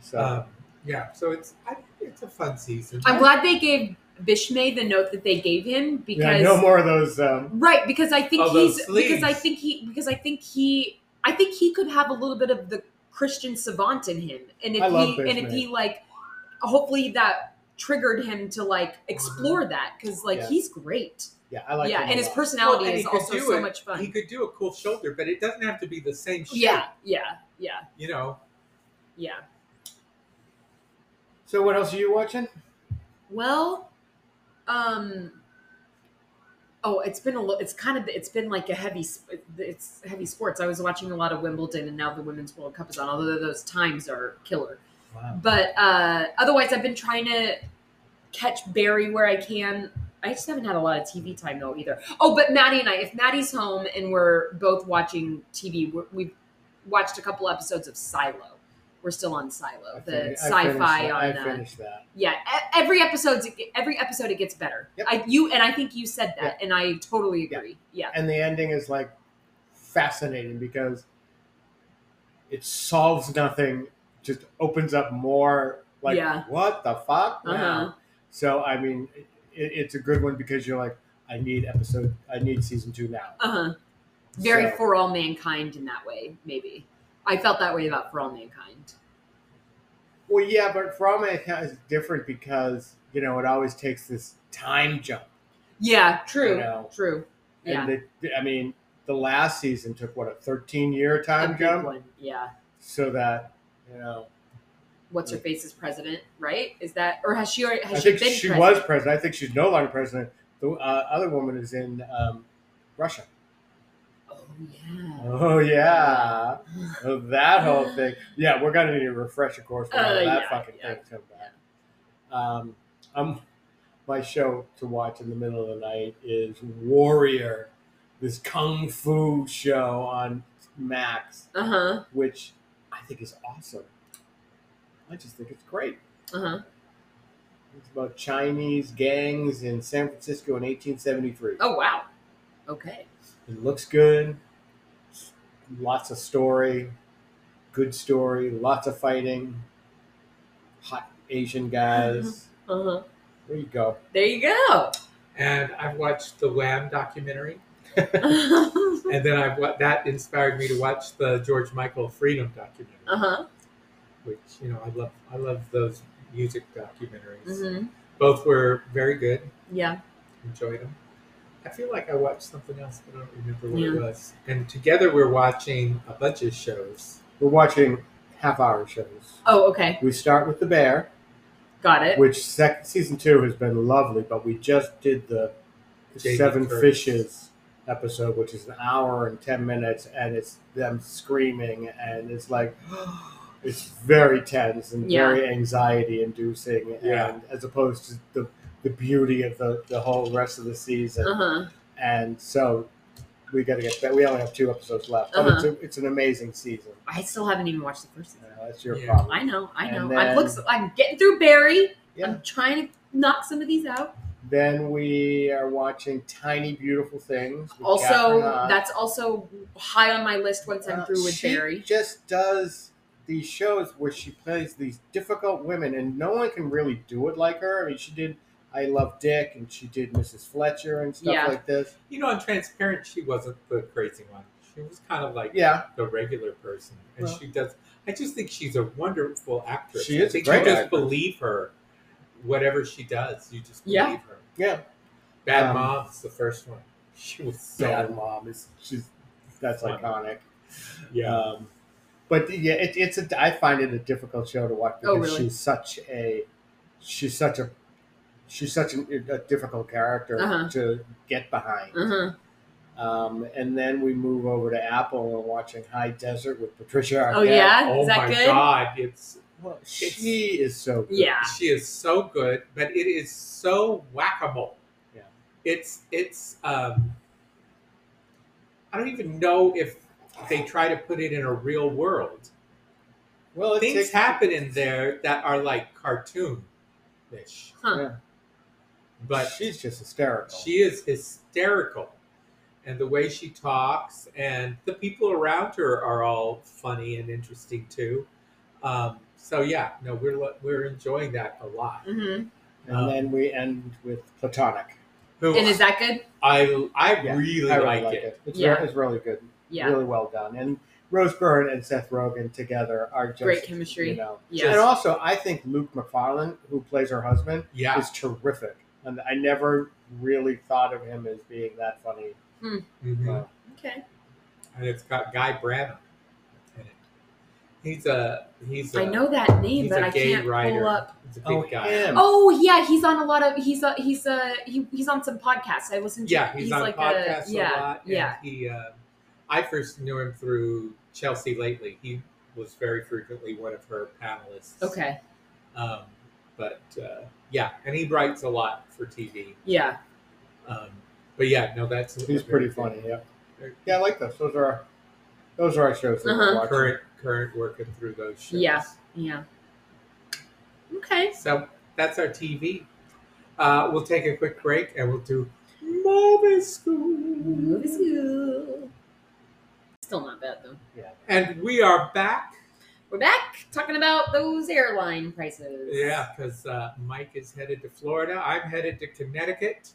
Speaker 3: So
Speaker 1: um, yeah. So it's I, think it's a fun season.
Speaker 2: I'm glad they gave Bishmay the note that they gave him because
Speaker 3: yeah, no more of those. Um,
Speaker 2: right because I think
Speaker 1: Oh, those
Speaker 2: he's because I
Speaker 1: sleeves.
Speaker 2: think he because I think he I think he could have a little bit of the Christian savant in him and if
Speaker 3: I love
Speaker 2: he and if
Speaker 3: Bishmay.
Speaker 2: he like hopefully that triggered him to like explore that because like
Speaker 3: Yeah.
Speaker 2: he's great
Speaker 3: yeah, I like.
Speaker 2: yeah
Speaker 3: them a
Speaker 2: and his
Speaker 3: lot.
Speaker 2: personality
Speaker 1: Well, and he
Speaker 2: is
Speaker 1: could
Speaker 2: also
Speaker 1: do
Speaker 2: so
Speaker 1: it.
Speaker 2: much fun
Speaker 1: He could do a cool shoulder, but it doesn't have to be the same shape.
Speaker 2: Yeah, yeah, yeah,
Speaker 1: you know.
Speaker 2: yeah.
Speaker 3: So what else are you watching?
Speaker 2: Well, um, oh, it's been a little. It's kind of. It's been like a heavy. sp- It's heavy sports. I was watching a lot of Wimbledon, and now the Women's World Cup is on. Although those times are killer.
Speaker 3: Wow.
Speaker 2: But uh, otherwise, I've been trying to catch Barry where I can. I just haven't had a lot of TV time though either. Oh, but Maddie and I, if Maddie's home and we're both watching TV, we're, we've watched a couple episodes of Silo. We're still on Silo, the sci-fi on.
Speaker 3: I
Speaker 2: uh,
Speaker 3: finished that.
Speaker 2: yeah, e- every episode every episode it gets better.
Speaker 3: Yep.
Speaker 2: I you and I think you said that, and I totally agree. Yeah,
Speaker 3: and the ending is like fascinating because it solves nothing, just opens up more. Like
Speaker 2: Yeah.
Speaker 3: what the fuck?
Speaker 2: Uh-huh.
Speaker 3: Wow. So I mean, it, it's a good one because you're like, I need episode, I need season two now.
Speaker 2: uh huh. Very
Speaker 3: So-
Speaker 2: for all mankind in that way, maybe. I felt that way about for all mankind.
Speaker 3: Well, yeah, but for all mankind is different because you know it always takes this time jump.
Speaker 2: Yeah,
Speaker 3: You
Speaker 2: true,
Speaker 3: know.
Speaker 2: true. Yeah,
Speaker 3: And the, I mean, the last season took what a 13 year
Speaker 2: a
Speaker 3: time
Speaker 2: big
Speaker 3: jump.
Speaker 2: one. Yeah,
Speaker 3: so that you know
Speaker 2: what's her face is president, right? Is that or has she already? Has
Speaker 3: I
Speaker 2: she
Speaker 3: think
Speaker 2: been?
Speaker 3: she
Speaker 2: president?
Speaker 3: was president. I think she's no longer president. The uh, other woman is in um, Russia.
Speaker 2: Oh yeah.
Speaker 3: Oh yeah, Oh, that whole thing. Yeah, we're gonna need a refresher course when all
Speaker 2: Uh,
Speaker 3: that
Speaker 2: yeah,
Speaker 3: fucking
Speaker 2: yeah.
Speaker 3: thing comes back. Um, I'm, my show to watch in the middle of the night is Warrior, this kung fu show on Max,
Speaker 2: Uh huh.
Speaker 3: which I think is awesome. I just think it's great.
Speaker 2: Uh-huh.
Speaker 3: It's about Chinese gangs in San Francisco in 1873.
Speaker 2: Oh wow. Okay.
Speaker 3: It looks good. Lots of story. Good story. Lots of fighting. Hot Asian guys.
Speaker 2: Uh-huh.
Speaker 3: There you go.
Speaker 2: There you go.
Speaker 1: And I've watched the Wham documentary,
Speaker 2: Uh-huh.
Speaker 1: and then I've wa- that inspired me to watch the George Michael Freedom documentary,
Speaker 2: uh-huh.
Speaker 1: which you know I love. I love those music documentaries.
Speaker 2: hmm
Speaker 1: Both were very good.
Speaker 2: Yeah.
Speaker 1: Enjoyed them. I feel like I watched something else, but I don't remember what
Speaker 2: Yeah.
Speaker 1: it was. And together we're watching a bunch of shows.
Speaker 3: We're watching half hour shows.
Speaker 2: Oh, okay.
Speaker 3: We start with The Bear,
Speaker 2: Got it.
Speaker 3: which sec- season two has been lovely, but we just did the
Speaker 1: J.D.
Speaker 3: Seven
Speaker 1: Curtis.
Speaker 3: Fishes episode, which is an hour and 10 minutes, and it's them screaming, and it's like, it's very tense and
Speaker 2: Yeah.
Speaker 3: very anxiety inducing,
Speaker 1: Yeah.
Speaker 3: and as opposed to the, the beauty of the, the whole rest of the season.
Speaker 2: Uh-huh.
Speaker 3: And so we got to get that. We only have two episodes left,
Speaker 2: Uh-huh.
Speaker 3: but it's, a, it's an amazing season.
Speaker 2: I still haven't even watched the first
Speaker 3: You
Speaker 2: season. Oh,
Speaker 3: know, that's your
Speaker 1: Yeah.
Speaker 3: problem.
Speaker 2: I know, I know.
Speaker 3: And
Speaker 2: I'm
Speaker 3: then-
Speaker 2: looks I'm getting through Barry.
Speaker 3: Yeah.
Speaker 2: I'm trying to knock some of these out.
Speaker 3: Then we are watching Tiny Beautiful Things. with
Speaker 2: Also,
Speaker 3: Catherine Hahn.
Speaker 2: that's also high on my list once I'm
Speaker 3: Uh,
Speaker 2: through with
Speaker 3: she
Speaker 2: Barry.
Speaker 3: just does these shows where she plays these difficult women, and no one can really do it like her. I mean, she did I Love Dick, and she did Mrs. Fletcher and stuff
Speaker 2: Yeah.
Speaker 3: like this.
Speaker 1: You know, on Transparent, she wasn't the crazy one. She was kind of like
Speaker 3: Yeah,
Speaker 1: the regular person, and
Speaker 3: Well-
Speaker 1: she does. I just think she's a wonderful actress.
Speaker 3: She
Speaker 1: I
Speaker 3: is a
Speaker 1: think
Speaker 3: great
Speaker 1: you just
Speaker 3: actress.
Speaker 1: believe her, whatever she does. You just believe
Speaker 2: Yeah.
Speaker 1: her.
Speaker 3: yeah.
Speaker 1: Bad
Speaker 3: Um,
Speaker 1: Moms, the first one. She was so
Speaker 3: Bad Mom is she's that's
Speaker 1: Fun.
Speaker 3: iconic.
Speaker 2: Uh,
Speaker 1: yeah.
Speaker 3: Um, but yeah, it, it's a. I find it a difficult show to watch
Speaker 2: Oh,
Speaker 3: because
Speaker 2: really?
Speaker 3: she's such a, she's such a, she's such an, a difficult character
Speaker 2: Uh-huh.
Speaker 3: to get behind.
Speaker 2: Uh-huh.
Speaker 3: Um, and then we move over to Apple and we're watching High Desert with Patricia Arquette.
Speaker 2: Oh yeah?
Speaker 1: Oh
Speaker 2: Is
Speaker 1: my
Speaker 2: that good? Ah.
Speaker 1: God, it's
Speaker 3: Well, she is so good.
Speaker 2: Yeah.
Speaker 1: she is so good, but it is so whack a mole.
Speaker 3: Yeah.
Speaker 1: It's it's um. I don't even know if they try to put it in a real world.
Speaker 3: Well, it
Speaker 1: Things
Speaker 3: takes-
Speaker 1: happen in there that are like cartoon-ish,
Speaker 2: Huh.
Speaker 3: Yeah.
Speaker 1: but
Speaker 3: she's just hysterical.
Speaker 1: She is hysterical. And the way she talks, and the people around her are all funny and interesting too. Um, so yeah, no, we're lo- we're enjoying that a lot.
Speaker 2: Mm-hmm.
Speaker 3: and
Speaker 1: um,
Speaker 3: then we end with Platonic.
Speaker 1: Who
Speaker 2: And is that good?
Speaker 1: I I
Speaker 3: Yeah,
Speaker 1: really
Speaker 3: I really
Speaker 1: like, it.
Speaker 3: It's,
Speaker 2: Yeah.
Speaker 3: re- it's really good.
Speaker 2: Yeah.
Speaker 3: Really well done. And Rose Byrne and Seth Rogen together are just
Speaker 2: Great chemistry.
Speaker 3: You know.
Speaker 2: Yes.
Speaker 3: And also, I think Luke McFarlane, who plays her husband,
Speaker 1: Yeah,
Speaker 3: is terrific. And I never really thought of him as being that funny.
Speaker 1: mhm.
Speaker 3: Uh,
Speaker 2: Okay.
Speaker 1: and it's got Guy Branum in it. He's a he's a
Speaker 2: I know that name,
Speaker 1: he's
Speaker 2: but
Speaker 1: a
Speaker 2: I
Speaker 1: gay
Speaker 2: can't
Speaker 1: writer.
Speaker 2: pull up.
Speaker 1: He's a big
Speaker 3: Oh,
Speaker 1: guy.
Speaker 3: him.
Speaker 2: Oh yeah, he's on a lot of he's a he's a he, he's on some podcasts. I listen to
Speaker 1: Yeah, he's, on
Speaker 2: like
Speaker 1: podcasts
Speaker 2: a
Speaker 1: a
Speaker 2: yeah.
Speaker 1: lot. and
Speaker 2: yeah.
Speaker 1: he. Uh, I first knew him through Chelsea lately. He was very frequently one of her panelists.
Speaker 2: Okay.
Speaker 1: Um, but uh, yeah, and he writes a lot for TV.
Speaker 2: Yeah.
Speaker 1: Um, but yeah, no, that's
Speaker 3: He's pretty funny. Yeah. Yeah, I like those. Those are our, those are our shows that
Speaker 2: Uh-huh.
Speaker 3: we're watching.
Speaker 1: Current, current working through those shows.
Speaker 2: Yeah. Yeah. Okay.
Speaker 1: So that's our TV. Uh, we'll take a quick break and we'll do movie school.
Speaker 2: Movie school. Still not bad though.
Speaker 1: And we are back.
Speaker 2: We're back talking about those airline prices.
Speaker 1: Yeah, because uh, Mike is headed to Florida. I'm headed to Connecticut,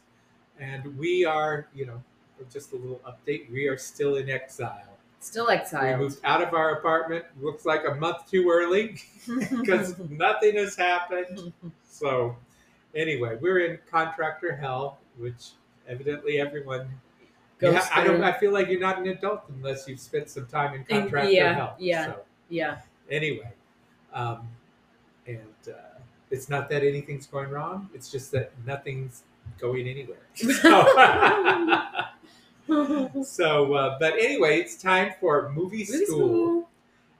Speaker 1: and we are, you know, just a little update. We are still in exile.
Speaker 2: Still
Speaker 1: We
Speaker 2: exiled.
Speaker 1: moved out of our apartment. Looks like a month too early because nothing has happened. So, anyway, we're in contractor hell, which evidently everyone. you
Speaker 2: Goes
Speaker 1: ha- I don't.
Speaker 2: through.
Speaker 1: I feel like you're not an adult unless you've spent some time in
Speaker 2: And-
Speaker 1: contractor
Speaker 2: yeah,
Speaker 1: hell.
Speaker 2: yeah.
Speaker 1: So,
Speaker 2: yeah.
Speaker 1: anyway um, and uh, it's not that anything's going wrong it's just that nothing's going anywhere so,
Speaker 2: Movie
Speaker 1: so, uh, but anyway it's time for movie school.
Speaker 2: school.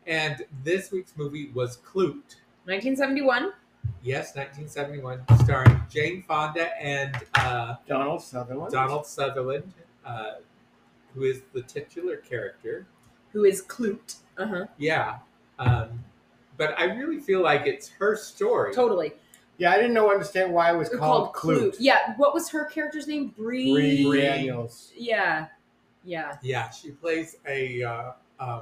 Speaker 1: and this week's movie was clute
Speaker 2: 1971.
Speaker 1: yes 1971 starring jane fonda and uh,
Speaker 3: Donald Sutherland.
Speaker 1: donald sutherland uh, who is the titular character Uh-huh.
Speaker 2: Who is Clute? Uh huh.
Speaker 1: yeah um, but I really feel like it's her story.
Speaker 2: Totally.
Speaker 3: Yeah, I didn't know understand why it was
Speaker 2: They're
Speaker 3: called, Clute.
Speaker 2: Yeah. What was her character's name? Bree.
Speaker 3: Bree
Speaker 1: Bree.
Speaker 3: Daniels.
Speaker 2: Yeah. Yeah.
Speaker 1: Yeah, she plays a uh, um,
Speaker 2: Uh,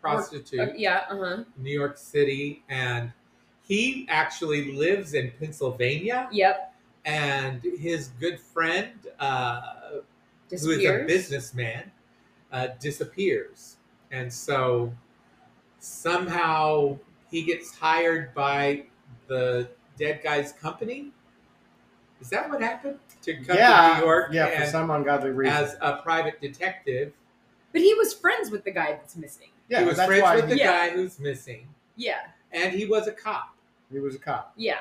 Speaker 1: prostitute
Speaker 2: yeah. Uh huh.
Speaker 1: in New York City, and he actually lives in Pennsylvania.
Speaker 2: Yep.
Speaker 1: And his good friend, uh, who is a
Speaker 2: Disappears.
Speaker 1: businessman, uh, disappears. And so somehow he gets hired by the dead guy's company. Is that what happened? To come
Speaker 3: Yeah,
Speaker 1: to New York
Speaker 3: yeah, for
Speaker 1: and
Speaker 3: some ungodly reason.
Speaker 1: as a private detective.
Speaker 2: But he was friends with the guy that's missing.
Speaker 3: yeah,
Speaker 1: he was
Speaker 3: that's
Speaker 1: friends
Speaker 3: why
Speaker 1: with the
Speaker 3: he,
Speaker 2: Yeah.
Speaker 1: guy who's missing,
Speaker 2: Yeah.
Speaker 1: and he was a cop.
Speaker 3: he was a cop.
Speaker 2: Yeah.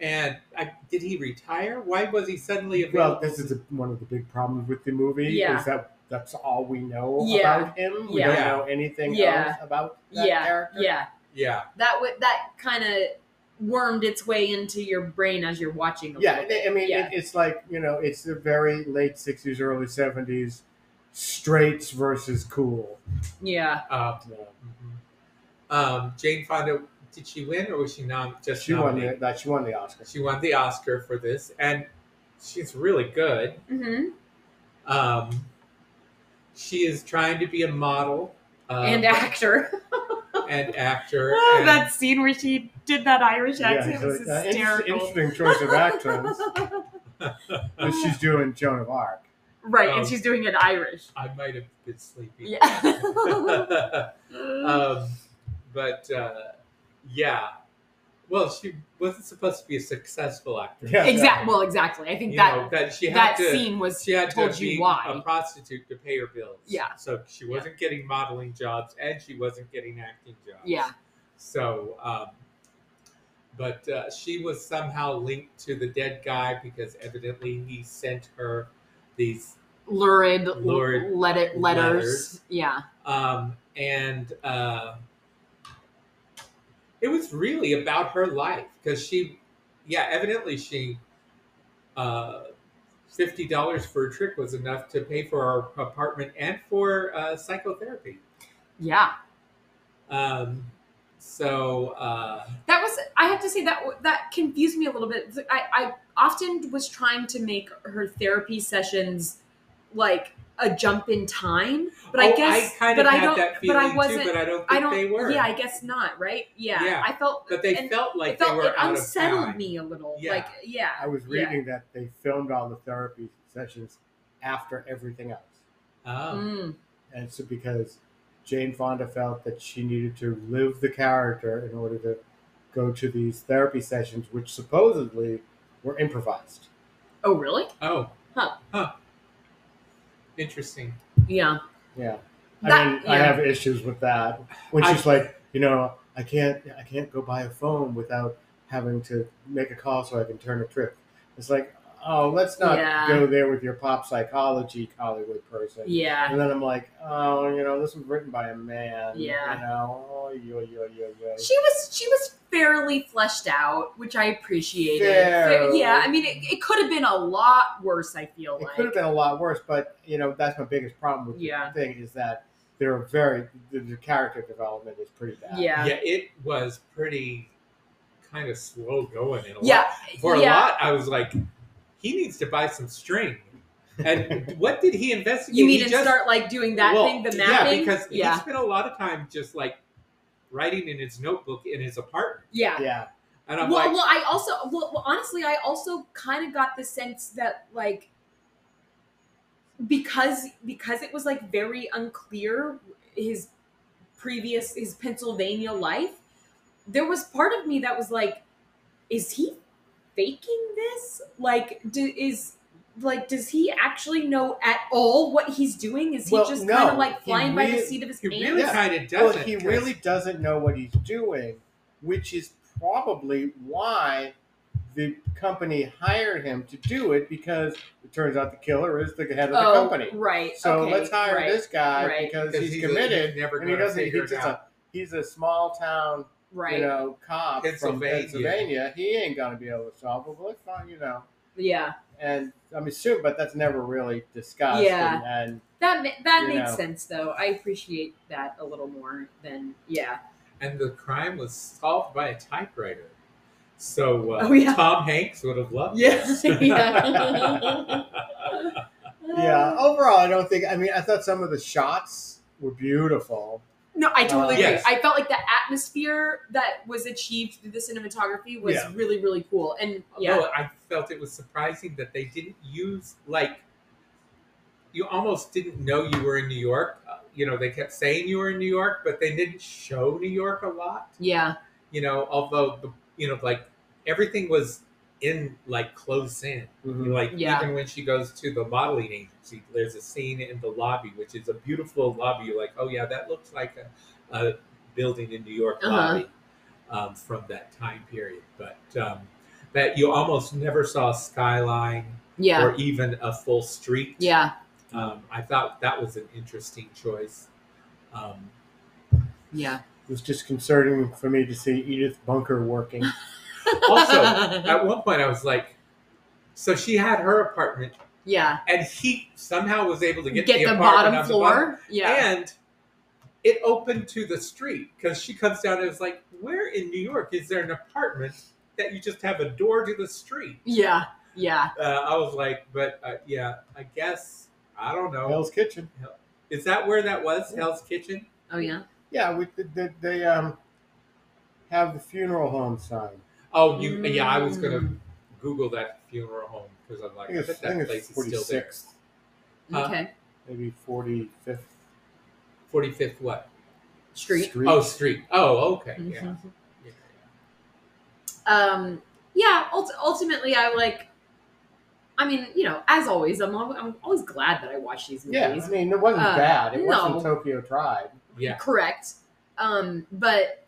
Speaker 1: And I, did he retire? Why was he suddenly available?
Speaker 3: Well, this is a, one of the big problems with the movie
Speaker 2: Yeah.
Speaker 3: is that that's all we know
Speaker 2: Yeah.
Speaker 3: about him. We don't
Speaker 1: Yeah.
Speaker 3: know anything
Speaker 2: Yeah.
Speaker 3: else about that
Speaker 2: yeah.
Speaker 3: character.
Speaker 2: Yeah.
Speaker 1: yeah,
Speaker 2: That would that kind of wormed its way into your brain as you're watching. A
Speaker 3: Yeah,
Speaker 2: little bit.
Speaker 3: I I mean,
Speaker 2: Yeah.
Speaker 3: It, it's like you know, it's the very late '60s, early '70s, straights versus cool.
Speaker 2: Yeah.
Speaker 1: um,
Speaker 3: you know.
Speaker 1: mhm. Um, Jane Fonda. Did she win, or was she nom- just
Speaker 3: She won
Speaker 1: nominated?
Speaker 3: the that she won the Oscar.
Speaker 1: She won the Oscar for this, and she's really good.
Speaker 2: Mm-hmm.
Speaker 1: Um, she is trying to be a model um,
Speaker 2: and actor.
Speaker 1: and actor.
Speaker 2: Oh,
Speaker 1: and-
Speaker 2: that scene where she did that Irish
Speaker 3: Yeah,
Speaker 2: accent
Speaker 3: so,
Speaker 2: was
Speaker 3: uh, inter-
Speaker 2: hysterical.
Speaker 3: interesting choice of actors. but she's doing Joan of Arc.
Speaker 2: right,
Speaker 1: Um,
Speaker 2: and she's doing it Irish.
Speaker 1: I might have been sleepy.
Speaker 2: Yeah.
Speaker 1: um, but uh, yeah, well, she wasn't supposed to be a successful actress.
Speaker 3: Yeah.
Speaker 2: exactly. Well, exactly. I think
Speaker 1: You
Speaker 2: that
Speaker 1: know, that she had
Speaker 2: that
Speaker 1: to,
Speaker 2: scene was
Speaker 1: she had
Speaker 2: told
Speaker 1: to
Speaker 2: you
Speaker 1: be
Speaker 2: why.
Speaker 1: a prostitute to pay her bills.
Speaker 2: Yeah.
Speaker 1: So she
Speaker 2: Yeah.
Speaker 1: wasn't getting modeling jobs, and she wasn't getting acting jobs.
Speaker 2: yeah.
Speaker 1: So, um, but uh, she was somehow linked to the dead guy because evidently he sent her these
Speaker 2: Lurid,
Speaker 1: Lurid
Speaker 2: let it letters.
Speaker 1: letters.
Speaker 2: Yeah.
Speaker 1: um, and uh, it was really about her life because she, yeah, evidently she, uh, fifty dollars for a trick was enough to pay for our apartment and for uh, psychotherapy.
Speaker 2: Yeah.
Speaker 1: Um, so uh,
Speaker 2: That was I have to say that that confused me a little bit. I, I often was trying to make her therapy sessions like a jump in time, but I
Speaker 1: oh,
Speaker 2: guess
Speaker 1: I kind
Speaker 2: but
Speaker 1: of
Speaker 2: I
Speaker 1: had
Speaker 2: don't
Speaker 1: that
Speaker 2: but
Speaker 1: feeling
Speaker 2: I wasn't
Speaker 1: too, but I don't think
Speaker 2: I don't
Speaker 1: they were.
Speaker 2: Yeah, I guess not, right? Yeah.
Speaker 1: Yeah.
Speaker 2: I felt
Speaker 1: but they
Speaker 2: and
Speaker 1: felt like
Speaker 2: it felt
Speaker 1: they were
Speaker 2: it
Speaker 1: out of
Speaker 2: unsettled
Speaker 1: town.
Speaker 2: me a little.
Speaker 1: Yeah.
Speaker 2: Like yeah.
Speaker 3: I was
Speaker 2: yeah.
Speaker 3: reading that they filmed all the therapy sessions after everything else,
Speaker 1: Oh,
Speaker 2: Mm,
Speaker 3: and so because Jane Fonda felt that she needed to live the character in order to go to these therapy sessions, which supposedly were improvised.
Speaker 2: Oh really?
Speaker 1: oh,
Speaker 2: Huh.
Speaker 1: huh. Interesting.
Speaker 2: Yeah.
Speaker 3: Yeah,
Speaker 2: That-
Speaker 3: I mean, I
Speaker 2: yeah.
Speaker 3: have issues with that. When
Speaker 1: I-
Speaker 3: she's like, you know, I can't, I can't go buy a phone without having to make a call so I can turn a trip. It's like, oh, let's not
Speaker 2: Yeah.
Speaker 3: go there with your pop psychology Hollywood person.
Speaker 2: Yeah.
Speaker 3: And then I'm like, oh, you know, this was written by a man.
Speaker 2: Yeah.
Speaker 3: You know, oh, yo, yo, yo, yo.
Speaker 2: She was she was fairly fleshed out, which I appreciated.
Speaker 3: Fair.
Speaker 2: Yeah, I mean it, it could have been a lot worse, I feel
Speaker 3: it
Speaker 2: like.
Speaker 3: could have been a lot worse, but you know, that's my biggest problem with
Speaker 2: Yeah.
Speaker 3: the thing is that they're very the, the character development is pretty bad.
Speaker 2: Yeah.
Speaker 1: yeah, it was pretty kind of slow going in a
Speaker 2: Yeah.
Speaker 1: lot. For
Speaker 2: yeah.
Speaker 1: a lot, I was like, he needs to buy some string. And what did he investigate?
Speaker 2: You mean
Speaker 1: He
Speaker 2: and
Speaker 1: just-
Speaker 2: start like doing that
Speaker 1: well,
Speaker 2: thing, the
Speaker 1: Yeah,
Speaker 2: mapping?
Speaker 1: because he
Speaker 2: yeah,
Speaker 1: spent a lot of time just like writing in his notebook in his apartment.
Speaker 2: yeah.
Speaker 3: Yeah.
Speaker 1: And
Speaker 2: Well,
Speaker 1: I'm like,
Speaker 2: well, I also, well, well, honestly, I also kind of got the sense that like because because it was like very unclear his previous his Pennsylvania life. There was part of me that was like, is he faking this? Like, do, is like does he actually know at all what he's doing? Is he
Speaker 3: Well,
Speaker 2: just
Speaker 3: no,
Speaker 2: kind of like
Speaker 3: he
Speaker 2: flying by the
Speaker 3: really-
Speaker 2: seat of his
Speaker 1: he
Speaker 2: pants?
Speaker 1: really
Speaker 3: Yeah.
Speaker 1: kind of
Speaker 3: Well,
Speaker 1: doesn't.
Speaker 3: he
Speaker 1: 'cause-
Speaker 3: really doesn't know what he's doing, which is probably why the company hired him to do it because it turns out the killer is the head of the
Speaker 2: oh,
Speaker 3: company.
Speaker 2: Right.
Speaker 3: So
Speaker 2: okay,
Speaker 3: let's hire
Speaker 2: right,
Speaker 3: this guy
Speaker 2: right.
Speaker 3: because
Speaker 1: 'cause
Speaker 3: he's,
Speaker 1: a-
Speaker 3: committed.
Speaker 1: never
Speaker 3: and he
Speaker 1: gonna
Speaker 3: doesn't. He's
Speaker 1: figure it
Speaker 3: just
Speaker 1: out.
Speaker 3: a he's a small town
Speaker 2: Right.
Speaker 3: you know cop from
Speaker 1: Pennsylvania.
Speaker 3: Pennsylvania. He ain't gonna be able to solve it. But let's find you know.
Speaker 2: Yeah.
Speaker 3: And I'm assuming, but that's never really discussed.
Speaker 2: Yeah.
Speaker 3: And, and
Speaker 2: That ma- that
Speaker 3: You
Speaker 2: makes
Speaker 3: know.
Speaker 2: sense though. I appreciate that a little more than yeah.
Speaker 1: and the crime was solved by a typewriter. So uh,
Speaker 2: Oh, yeah.
Speaker 1: Tom Hanks would have loved
Speaker 2: Yes,
Speaker 1: this.
Speaker 2: yeah. Uh.
Speaker 3: Yeah. Overall, I don't think. I mean, I thought some of the shots were beautiful.
Speaker 2: No, I totally
Speaker 3: Uh,
Speaker 2: agree.
Speaker 1: yes.
Speaker 2: I felt like the atmosphere that was achieved through the cinematography was
Speaker 1: Yeah. Oh.
Speaker 2: really, really cool. And yeah,
Speaker 1: Although I felt it was surprising that they didn't use like you almost didn't know you were in New York. Uh, You know, they kept saying you were in New York, but they didn't show New York a lot.
Speaker 2: yeah,
Speaker 1: You know, although the, you know, like everything was in like close in. Like
Speaker 2: Yeah.
Speaker 1: even when she goes to the modeling agency, there's a scene in the lobby, which is a beautiful lobby. You're like, oh yeah, that looks like a, a building in New York
Speaker 2: Uh-huh.
Speaker 1: lobby um, from that time period. But um, that you almost never saw a skyline
Speaker 2: yeah,
Speaker 1: or even a full street.
Speaker 2: yeah.
Speaker 1: Um, I thought that was an interesting choice. Um,
Speaker 2: Yeah.
Speaker 3: It was disconcerting for me to see Edith Bunker working.
Speaker 1: also, at one point, I was like, so she had her apartment,
Speaker 2: yeah.
Speaker 1: and he somehow was able to get,
Speaker 2: Get,
Speaker 1: the,
Speaker 2: the,
Speaker 1: apartment
Speaker 2: bottom
Speaker 1: on the bottom
Speaker 2: floor. yeah.
Speaker 1: And it opened to the street because she comes down and is like, Where in New York is there an apartment that you just have a door to the street?
Speaker 2: Yeah. Yeah.
Speaker 1: Uh, I was like, But uh, yeah, I guess, I don't know.
Speaker 3: Hell's Kitchen.
Speaker 1: Is that where that was? Hell's Kitchen?
Speaker 2: Oh yeah.
Speaker 3: Yeah, we, they, they um, have the funeral home sign.
Speaker 1: Oh, you, yeah, I was going to
Speaker 2: Mm.
Speaker 1: Google that funeral home because I'm
Speaker 3: I
Speaker 1: like,
Speaker 3: think
Speaker 1: I
Speaker 3: it's,
Speaker 1: bet
Speaker 3: I think
Speaker 1: that
Speaker 3: it's
Speaker 1: place is still there.
Speaker 3: 46th,
Speaker 1: Huh?
Speaker 2: okay.
Speaker 3: maybe 45th
Speaker 1: 45th what?
Speaker 2: Street.
Speaker 1: Oh, street. Oh, okay. Yeah.
Speaker 2: Mhm.
Speaker 3: Mm-hmm.
Speaker 1: Yeah.
Speaker 2: Um. Yeah. Ult- ultimately, I like. I mean, you know, as always, I'm al- I'm always glad that I watch these movies.
Speaker 3: Yeah, I mean, it wasn't
Speaker 2: Uh,
Speaker 3: bad. It
Speaker 2: no.
Speaker 3: wasn't Tokyo Tribe.
Speaker 1: yeah.
Speaker 2: correct um but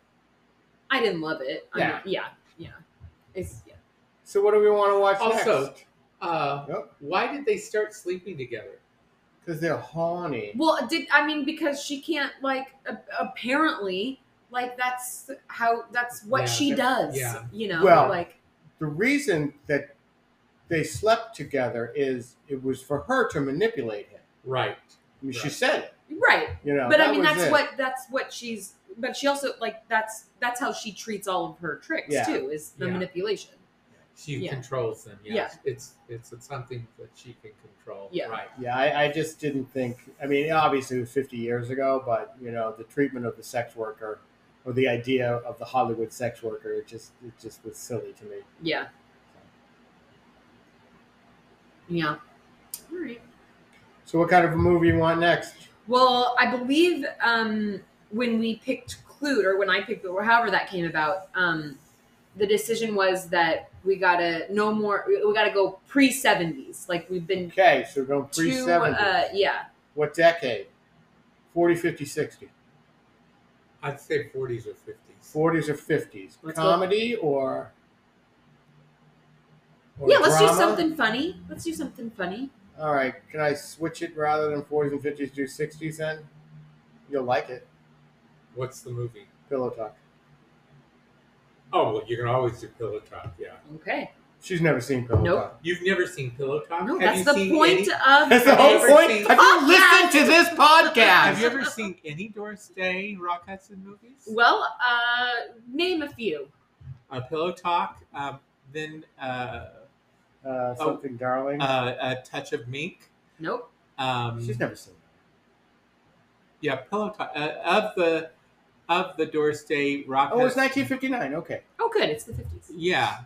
Speaker 2: i didn't love it I mean, yeah yeah it's yeah
Speaker 3: So what do we want to watch
Speaker 1: Also-
Speaker 3: next?
Speaker 1: Uh,
Speaker 3: Yep.
Speaker 1: Why did they start sleeping together?
Speaker 3: Because they're horny.
Speaker 2: well did i mean because she can't like a- apparently like that's how that's what
Speaker 1: Yeah,
Speaker 2: she
Speaker 1: that-
Speaker 2: does
Speaker 1: yeah.
Speaker 2: you know
Speaker 3: Well-
Speaker 2: like
Speaker 3: The reason that they slept together is it was for her to manipulate him.
Speaker 1: Right.
Speaker 3: I mean, she
Speaker 1: Right.
Speaker 3: said
Speaker 2: right
Speaker 3: it. You know,
Speaker 2: but
Speaker 3: that
Speaker 2: i mean
Speaker 3: was
Speaker 2: that's
Speaker 3: it.
Speaker 2: what that's what she's but she also like that's that's how she treats all of her tricks
Speaker 3: Yeah.
Speaker 2: too is the
Speaker 1: Yeah.
Speaker 2: manipulation
Speaker 1: She
Speaker 2: Yeah.
Speaker 1: controls them. Yeah.
Speaker 2: Yeah.
Speaker 1: It's, it's it's something that she can control.
Speaker 2: Yeah.
Speaker 1: Right.
Speaker 3: Yeah, I, I just didn't think. I mean, obviously it was 50 years ago, but you know, the treatment of the sex worker or the idea of the Hollywood sex worker, it just it just was silly to me.
Speaker 2: yeah yeah all right
Speaker 3: So, what kind of a movie you want next?
Speaker 2: Well, I believe um, when we picked Clute, or when I picked, or however that came about, um, the decision was that we gotta no more. We gotta go pre seventies. Like we've been
Speaker 3: Okay, so we're going pre
Speaker 2: too.
Speaker 3: 70.
Speaker 2: Uh, yeah,
Speaker 3: what decade? 40, 50, 60.
Speaker 1: I'd say 40s or 50s.
Speaker 3: 40s or 50s?
Speaker 2: Let's go-
Speaker 3: Comedy or, or
Speaker 2: yeah. Let's do
Speaker 3: drama?
Speaker 2: something funny. Let's do something funny.
Speaker 3: All right, can I switch it rather than 40s and 50s? Do 60s then? You'll like it.
Speaker 1: What's the movie?
Speaker 3: Pillow talk.
Speaker 1: Oh, well, you can always do Pillow Talk. Yeah.
Speaker 2: Okay.
Speaker 3: She's never seen Pillow
Speaker 2: Nope.
Speaker 3: Talk.
Speaker 1: You've never seen Pillow Talk?
Speaker 2: No,
Speaker 1: Have you
Speaker 2: that's the
Speaker 1: seen
Speaker 2: point
Speaker 1: any-
Speaker 2: of
Speaker 3: That's the whole
Speaker 1: Never
Speaker 2: this.
Speaker 3: point.
Speaker 1: seen-
Speaker 3: Have you listened to this
Speaker 1: Have
Speaker 3: podcast?
Speaker 1: you ever seen any Doris Day Rock Hudson movies?
Speaker 2: Well, uh, name a few.
Speaker 1: Uh, Pillow Talk, um, then uh,
Speaker 3: Uh, something, darling.
Speaker 1: uh, A Touch of Mink.
Speaker 2: Nope.
Speaker 1: Um,
Speaker 3: She's never seen it.
Speaker 1: yeah, Pillow Talk. Uh, of the of the Doris Day Rock
Speaker 3: Oh, it's
Speaker 1: Hudson-
Speaker 3: 1959. Okay.
Speaker 2: Oh, good. It's the fifties.
Speaker 1: Yeah.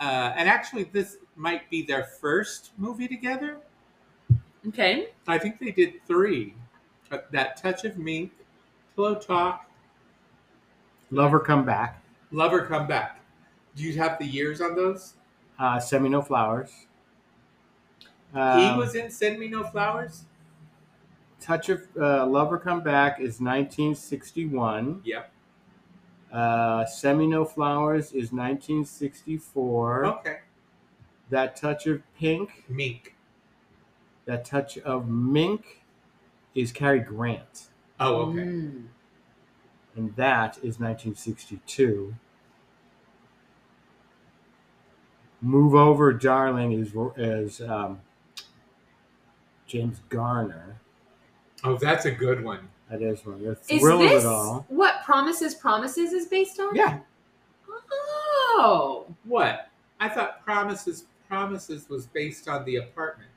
Speaker 1: Uh, and actually, this might be their first movie together.
Speaker 2: Okay.
Speaker 1: I think they did three. Uh, That Touch of Mink, Pillow Talk,
Speaker 3: Lover Come Back,
Speaker 1: Lover Come Back. Do you have the years on those?
Speaker 3: uh, Send Me No Flowers. Um,
Speaker 1: he was in Send Me No Flowers?
Speaker 3: Touch of uh, Lover Come Back is 1961.
Speaker 1: Yep.
Speaker 3: Uh, Semino Flowers is 1964.
Speaker 1: Okay.
Speaker 3: That Touch of Pink,
Speaker 1: Mink.
Speaker 3: That Touch of Mink is Cary Grant.
Speaker 1: Oh, okay.
Speaker 2: Mm.
Speaker 3: And that is 1962. Move Over Darling is, is um, James Garner.
Speaker 1: Oh, that's a good one.
Speaker 3: I That is one. The
Speaker 2: Is
Speaker 3: thrill
Speaker 2: this
Speaker 3: of it all.
Speaker 2: what Promises Promises is based on?
Speaker 1: Yeah.
Speaker 2: Oh.
Speaker 1: What? I thought Promises Promises was based on the apartment.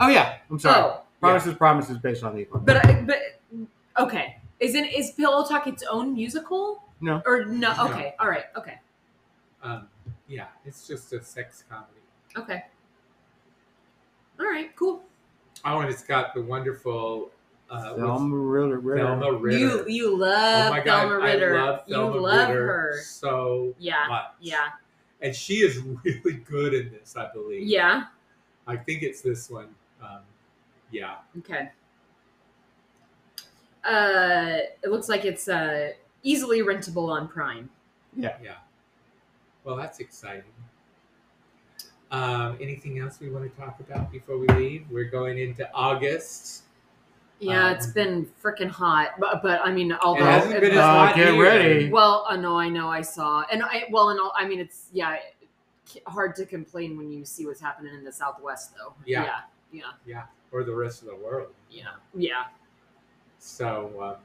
Speaker 3: Oh yeah, I'm sorry.
Speaker 2: Oh.
Speaker 3: Promises, promises, based on the equal.
Speaker 2: But I, but okay. Isn't is Pillow Talk its own musical?
Speaker 3: No.
Speaker 2: Or no?
Speaker 1: No.
Speaker 2: Okay. All right. Okay.
Speaker 1: Um, yeah, it's just a sex comedy.
Speaker 2: Okay. All right. Cool.
Speaker 1: Oh, and it's got the wonderful uh, what's-
Speaker 3: Thelma Ritter. Ritter.
Speaker 1: Thelma Ritter.
Speaker 2: You you
Speaker 1: oh
Speaker 2: love
Speaker 1: my god,
Speaker 2: Thelma Ritter.
Speaker 1: I love Thelma
Speaker 2: you love
Speaker 1: Ritter
Speaker 2: her.
Speaker 1: so
Speaker 2: Yeah.
Speaker 1: much.
Speaker 2: Yeah.
Speaker 1: and she is really good in this, I believe.
Speaker 2: Yeah.
Speaker 1: I think it's this one. Um, yeah,
Speaker 2: Okay. Uh, it looks like it's uh easily rentable on Prime.
Speaker 1: yeah. Well, that's exciting. Um, anything else we want to talk about before we leave? We're going into August.
Speaker 2: Yeah,
Speaker 1: Um,
Speaker 2: it's been freaking hot, but, but I mean, although
Speaker 1: hasn't been as
Speaker 2: uh,
Speaker 1: hot
Speaker 3: Oh, get
Speaker 1: here.
Speaker 3: ready.
Speaker 2: Well, uh, no, I know, I saw, and I well, and all, I mean, it's yeah, it- hard to complain when you see what's happening in the Southwest, though.
Speaker 1: Yeah.
Speaker 2: yeah,
Speaker 1: or the rest of the world.
Speaker 2: yeah, yeah.
Speaker 1: So, um,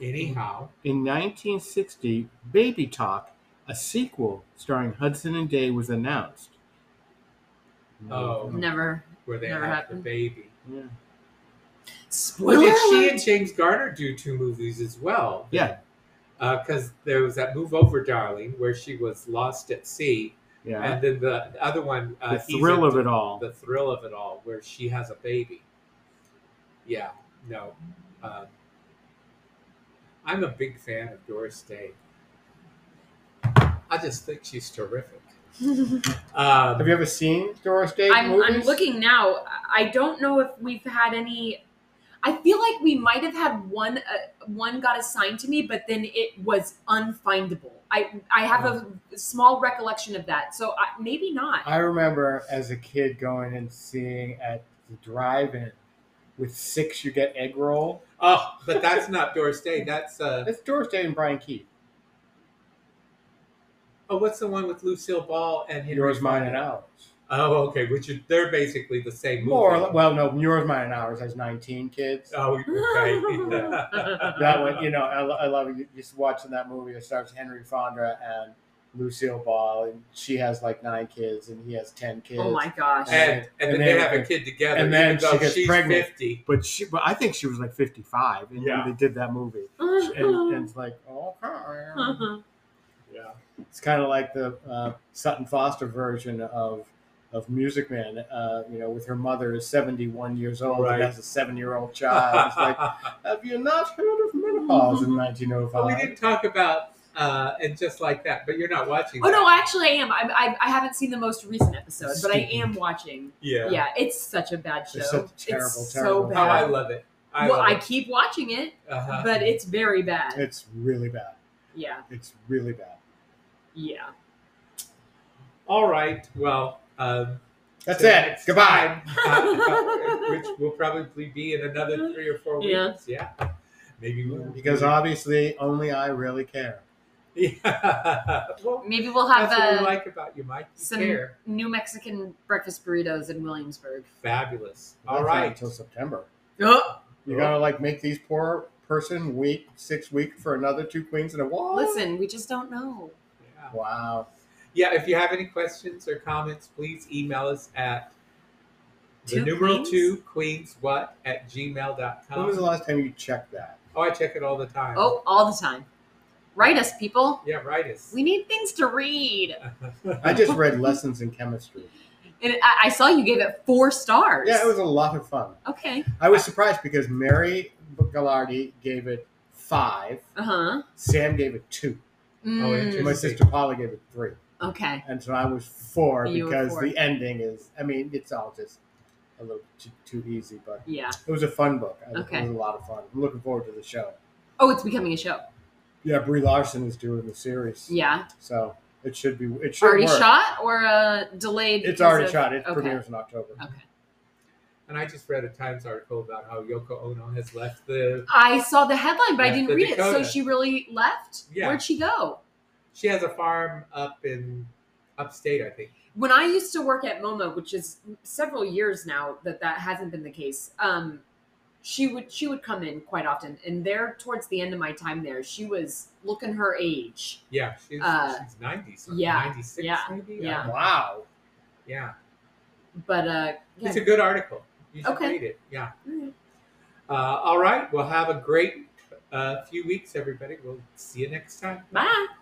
Speaker 1: anyhow,
Speaker 3: In 1960, Baby Talk, a sequel starring Hudson and Day, was announced.
Speaker 1: Oh.
Speaker 2: Never
Speaker 1: where they
Speaker 2: Never
Speaker 1: have
Speaker 2: happened.
Speaker 1: the baby.
Speaker 3: Yeah.
Speaker 1: Well,
Speaker 2: spoiler.
Speaker 1: did she
Speaker 2: alert!
Speaker 1: and James Garner do two movies as well?
Speaker 3: Yeah.
Speaker 1: Because there was that Move Over, Darling, where she was lost at sea,
Speaker 3: Yeah.
Speaker 1: and then the other one, uh,
Speaker 3: the
Speaker 1: He's
Speaker 3: thrill
Speaker 1: a-
Speaker 3: of it all.
Speaker 1: the thrill of it all, where she has a baby. Yeah, no, um, I'm a big fan of Doris Day. I just think she's terrific. Um,
Speaker 3: Have you ever seen Doris Day
Speaker 2: I'm,
Speaker 3: movies?
Speaker 2: I'm looking now. I don't know if we've had any. I feel like we might have had one. Uh, one got assigned to me, but then it was unfindable. I I have a small recollection of that, so I, maybe not.
Speaker 3: I remember as a kid going and seeing at the drive-in with six, you get egg roll.
Speaker 1: Oh, but that's not Doris Day. That's uh
Speaker 3: That's Doris Day and Brian Keith.
Speaker 1: oh, what's the one with Lucille Ball and Henry?
Speaker 3: Yours, mine,
Speaker 1: Fonda?
Speaker 3: and ours.
Speaker 1: Oh, okay. Which is, they're basically the same movie.
Speaker 3: More, or le- well, no, yours, mine, and ours has 19 kids.
Speaker 1: oh, okay.
Speaker 3: That one, you know, I, lo- I love it. Just watching that movie. It stars Henry Fonda and Lucille Ball, and she has like nine kids, and he has 10 kids.
Speaker 2: oh my gosh!
Speaker 1: and and,
Speaker 3: And
Speaker 1: then
Speaker 3: they-
Speaker 1: they have a kid together.
Speaker 3: and then
Speaker 1: even though
Speaker 3: she gets
Speaker 1: she's
Speaker 3: pregnant.
Speaker 1: fifty.
Speaker 3: But she, but I think she was like 55, and
Speaker 1: Yeah.
Speaker 3: they did that movie.
Speaker 2: Uh-huh.
Speaker 3: And, and it's like, okay.
Speaker 1: Yeah.
Speaker 3: It's kind of like the uh, Sutton Foster version of of Music Man. Uh, you know, with her mother is seventy one years old
Speaker 1: Right.
Speaker 3: and has a seven year old child. It's like, have you not heard of menopause
Speaker 2: Mm-hmm.
Speaker 3: in nineteen oh
Speaker 1: Well, we
Speaker 3: five?
Speaker 1: didn't talk about uh, and just like that, but you're not watching.
Speaker 2: Oh
Speaker 1: that.
Speaker 2: no, actually I am. I, I, I haven't seen the most recent episode, but I am watching.
Speaker 1: Yeah.
Speaker 2: Yeah, it's such a bad show.
Speaker 3: It's such a terrible,
Speaker 2: It's
Speaker 3: terrible
Speaker 2: so
Speaker 1: Oh, I
Speaker 2: bad.
Speaker 1: love it. I
Speaker 2: well,
Speaker 1: love
Speaker 2: I
Speaker 1: it.
Speaker 2: keep watching it,
Speaker 1: Uh-huh.
Speaker 2: but it's very bad.
Speaker 3: It's really bad.
Speaker 2: Yeah,
Speaker 3: It's really bad.
Speaker 2: yeah.
Speaker 1: All right. Well. Um,
Speaker 3: That's
Speaker 1: till
Speaker 3: it.
Speaker 1: next
Speaker 3: Goodbye.
Speaker 1: time. which will probably be in another three or four
Speaker 2: Yeah.
Speaker 1: weeks. Yeah. Maybe we'll-
Speaker 3: Because obviously, only I really care.
Speaker 1: Yeah. Well,
Speaker 2: Maybe we'll have
Speaker 1: that's what
Speaker 2: uh,
Speaker 1: we like about you, Mike. You
Speaker 2: some-
Speaker 1: care.
Speaker 2: New Mexican breakfast burritos in Williamsburg.
Speaker 1: Fabulous.
Speaker 3: That's
Speaker 1: All
Speaker 3: not
Speaker 1: right.
Speaker 3: until September.
Speaker 2: Oh,
Speaker 3: You gotta like make these poor person week six week for another two queens in a wall.
Speaker 2: listen, we just don't know.
Speaker 1: Yeah.
Speaker 3: Wow.
Speaker 1: Yeah, if you have any questions or comments, please email us at the
Speaker 2: Two
Speaker 1: numeral
Speaker 2: queens?
Speaker 1: two queens what at gmail.com.
Speaker 3: When was the last time you checked that?
Speaker 1: oh, I check it all the time.
Speaker 2: Oh, all the time. Write us, people.
Speaker 1: Yeah, write us.
Speaker 2: We need things to read.
Speaker 3: I just read lessons in chemistry.
Speaker 2: And I, I saw you gave it four stars.
Speaker 3: Yeah, it was a lot of fun.
Speaker 2: Okay.
Speaker 3: I was surprised because Mary Gallardi gave it five,
Speaker 2: Uh huh.
Speaker 3: Oh, Sam gave it two, and my
Speaker 2: Hmm.
Speaker 1: interesting.
Speaker 3: sister Paula gave it three,
Speaker 2: Mm, Okay.
Speaker 3: and so I was four
Speaker 2: You were
Speaker 3: because
Speaker 2: four.
Speaker 3: the ending is. I mean, it's all just a little too, too easy, but
Speaker 2: Yeah.
Speaker 3: it was a fun book. I-
Speaker 2: Okay.
Speaker 3: It was a lot of fun. I'm looking forward to the show.
Speaker 2: Oh, it's becoming a show.
Speaker 3: Yeah, Brie Larson is doing the series,
Speaker 2: Yeah.
Speaker 3: so it should be. It should
Speaker 2: Already
Speaker 3: work.
Speaker 2: shot or uh, delayed?
Speaker 3: It's
Speaker 2: because
Speaker 3: already
Speaker 2: of-
Speaker 3: shot. It
Speaker 2: okay.
Speaker 3: premieres in October.
Speaker 2: Okay.
Speaker 1: And I just read a Times article about how Yoko Ono has left the.
Speaker 2: I saw the headline, but I
Speaker 1: Left
Speaker 2: didn't
Speaker 1: the
Speaker 2: read it.
Speaker 1: Dakota.
Speaker 2: So she really left?
Speaker 1: Yeah.
Speaker 2: Where'd she go?
Speaker 1: She has a farm up in upstate, I think.
Speaker 2: when I used to work at MoMA, which is several years now that that hasn't been the case, um, she would she would come in quite often and there towards the end of my time there she was looking her age
Speaker 1: Yeah, she's,
Speaker 2: Uh,
Speaker 1: she's 90 something,
Speaker 2: yeah,
Speaker 1: 96
Speaker 2: yeah,
Speaker 1: maybe?
Speaker 2: yeah.
Speaker 1: I don't know.
Speaker 3: Wow.
Speaker 1: Yeah.
Speaker 2: but uh yeah.
Speaker 1: It's a good article. You should
Speaker 2: Okay.
Speaker 1: read it. Yeah.
Speaker 2: Alright.
Speaker 1: Uh, all right. Well, have a great uh, few weeks, everybody. We'll see you next time.
Speaker 2: bye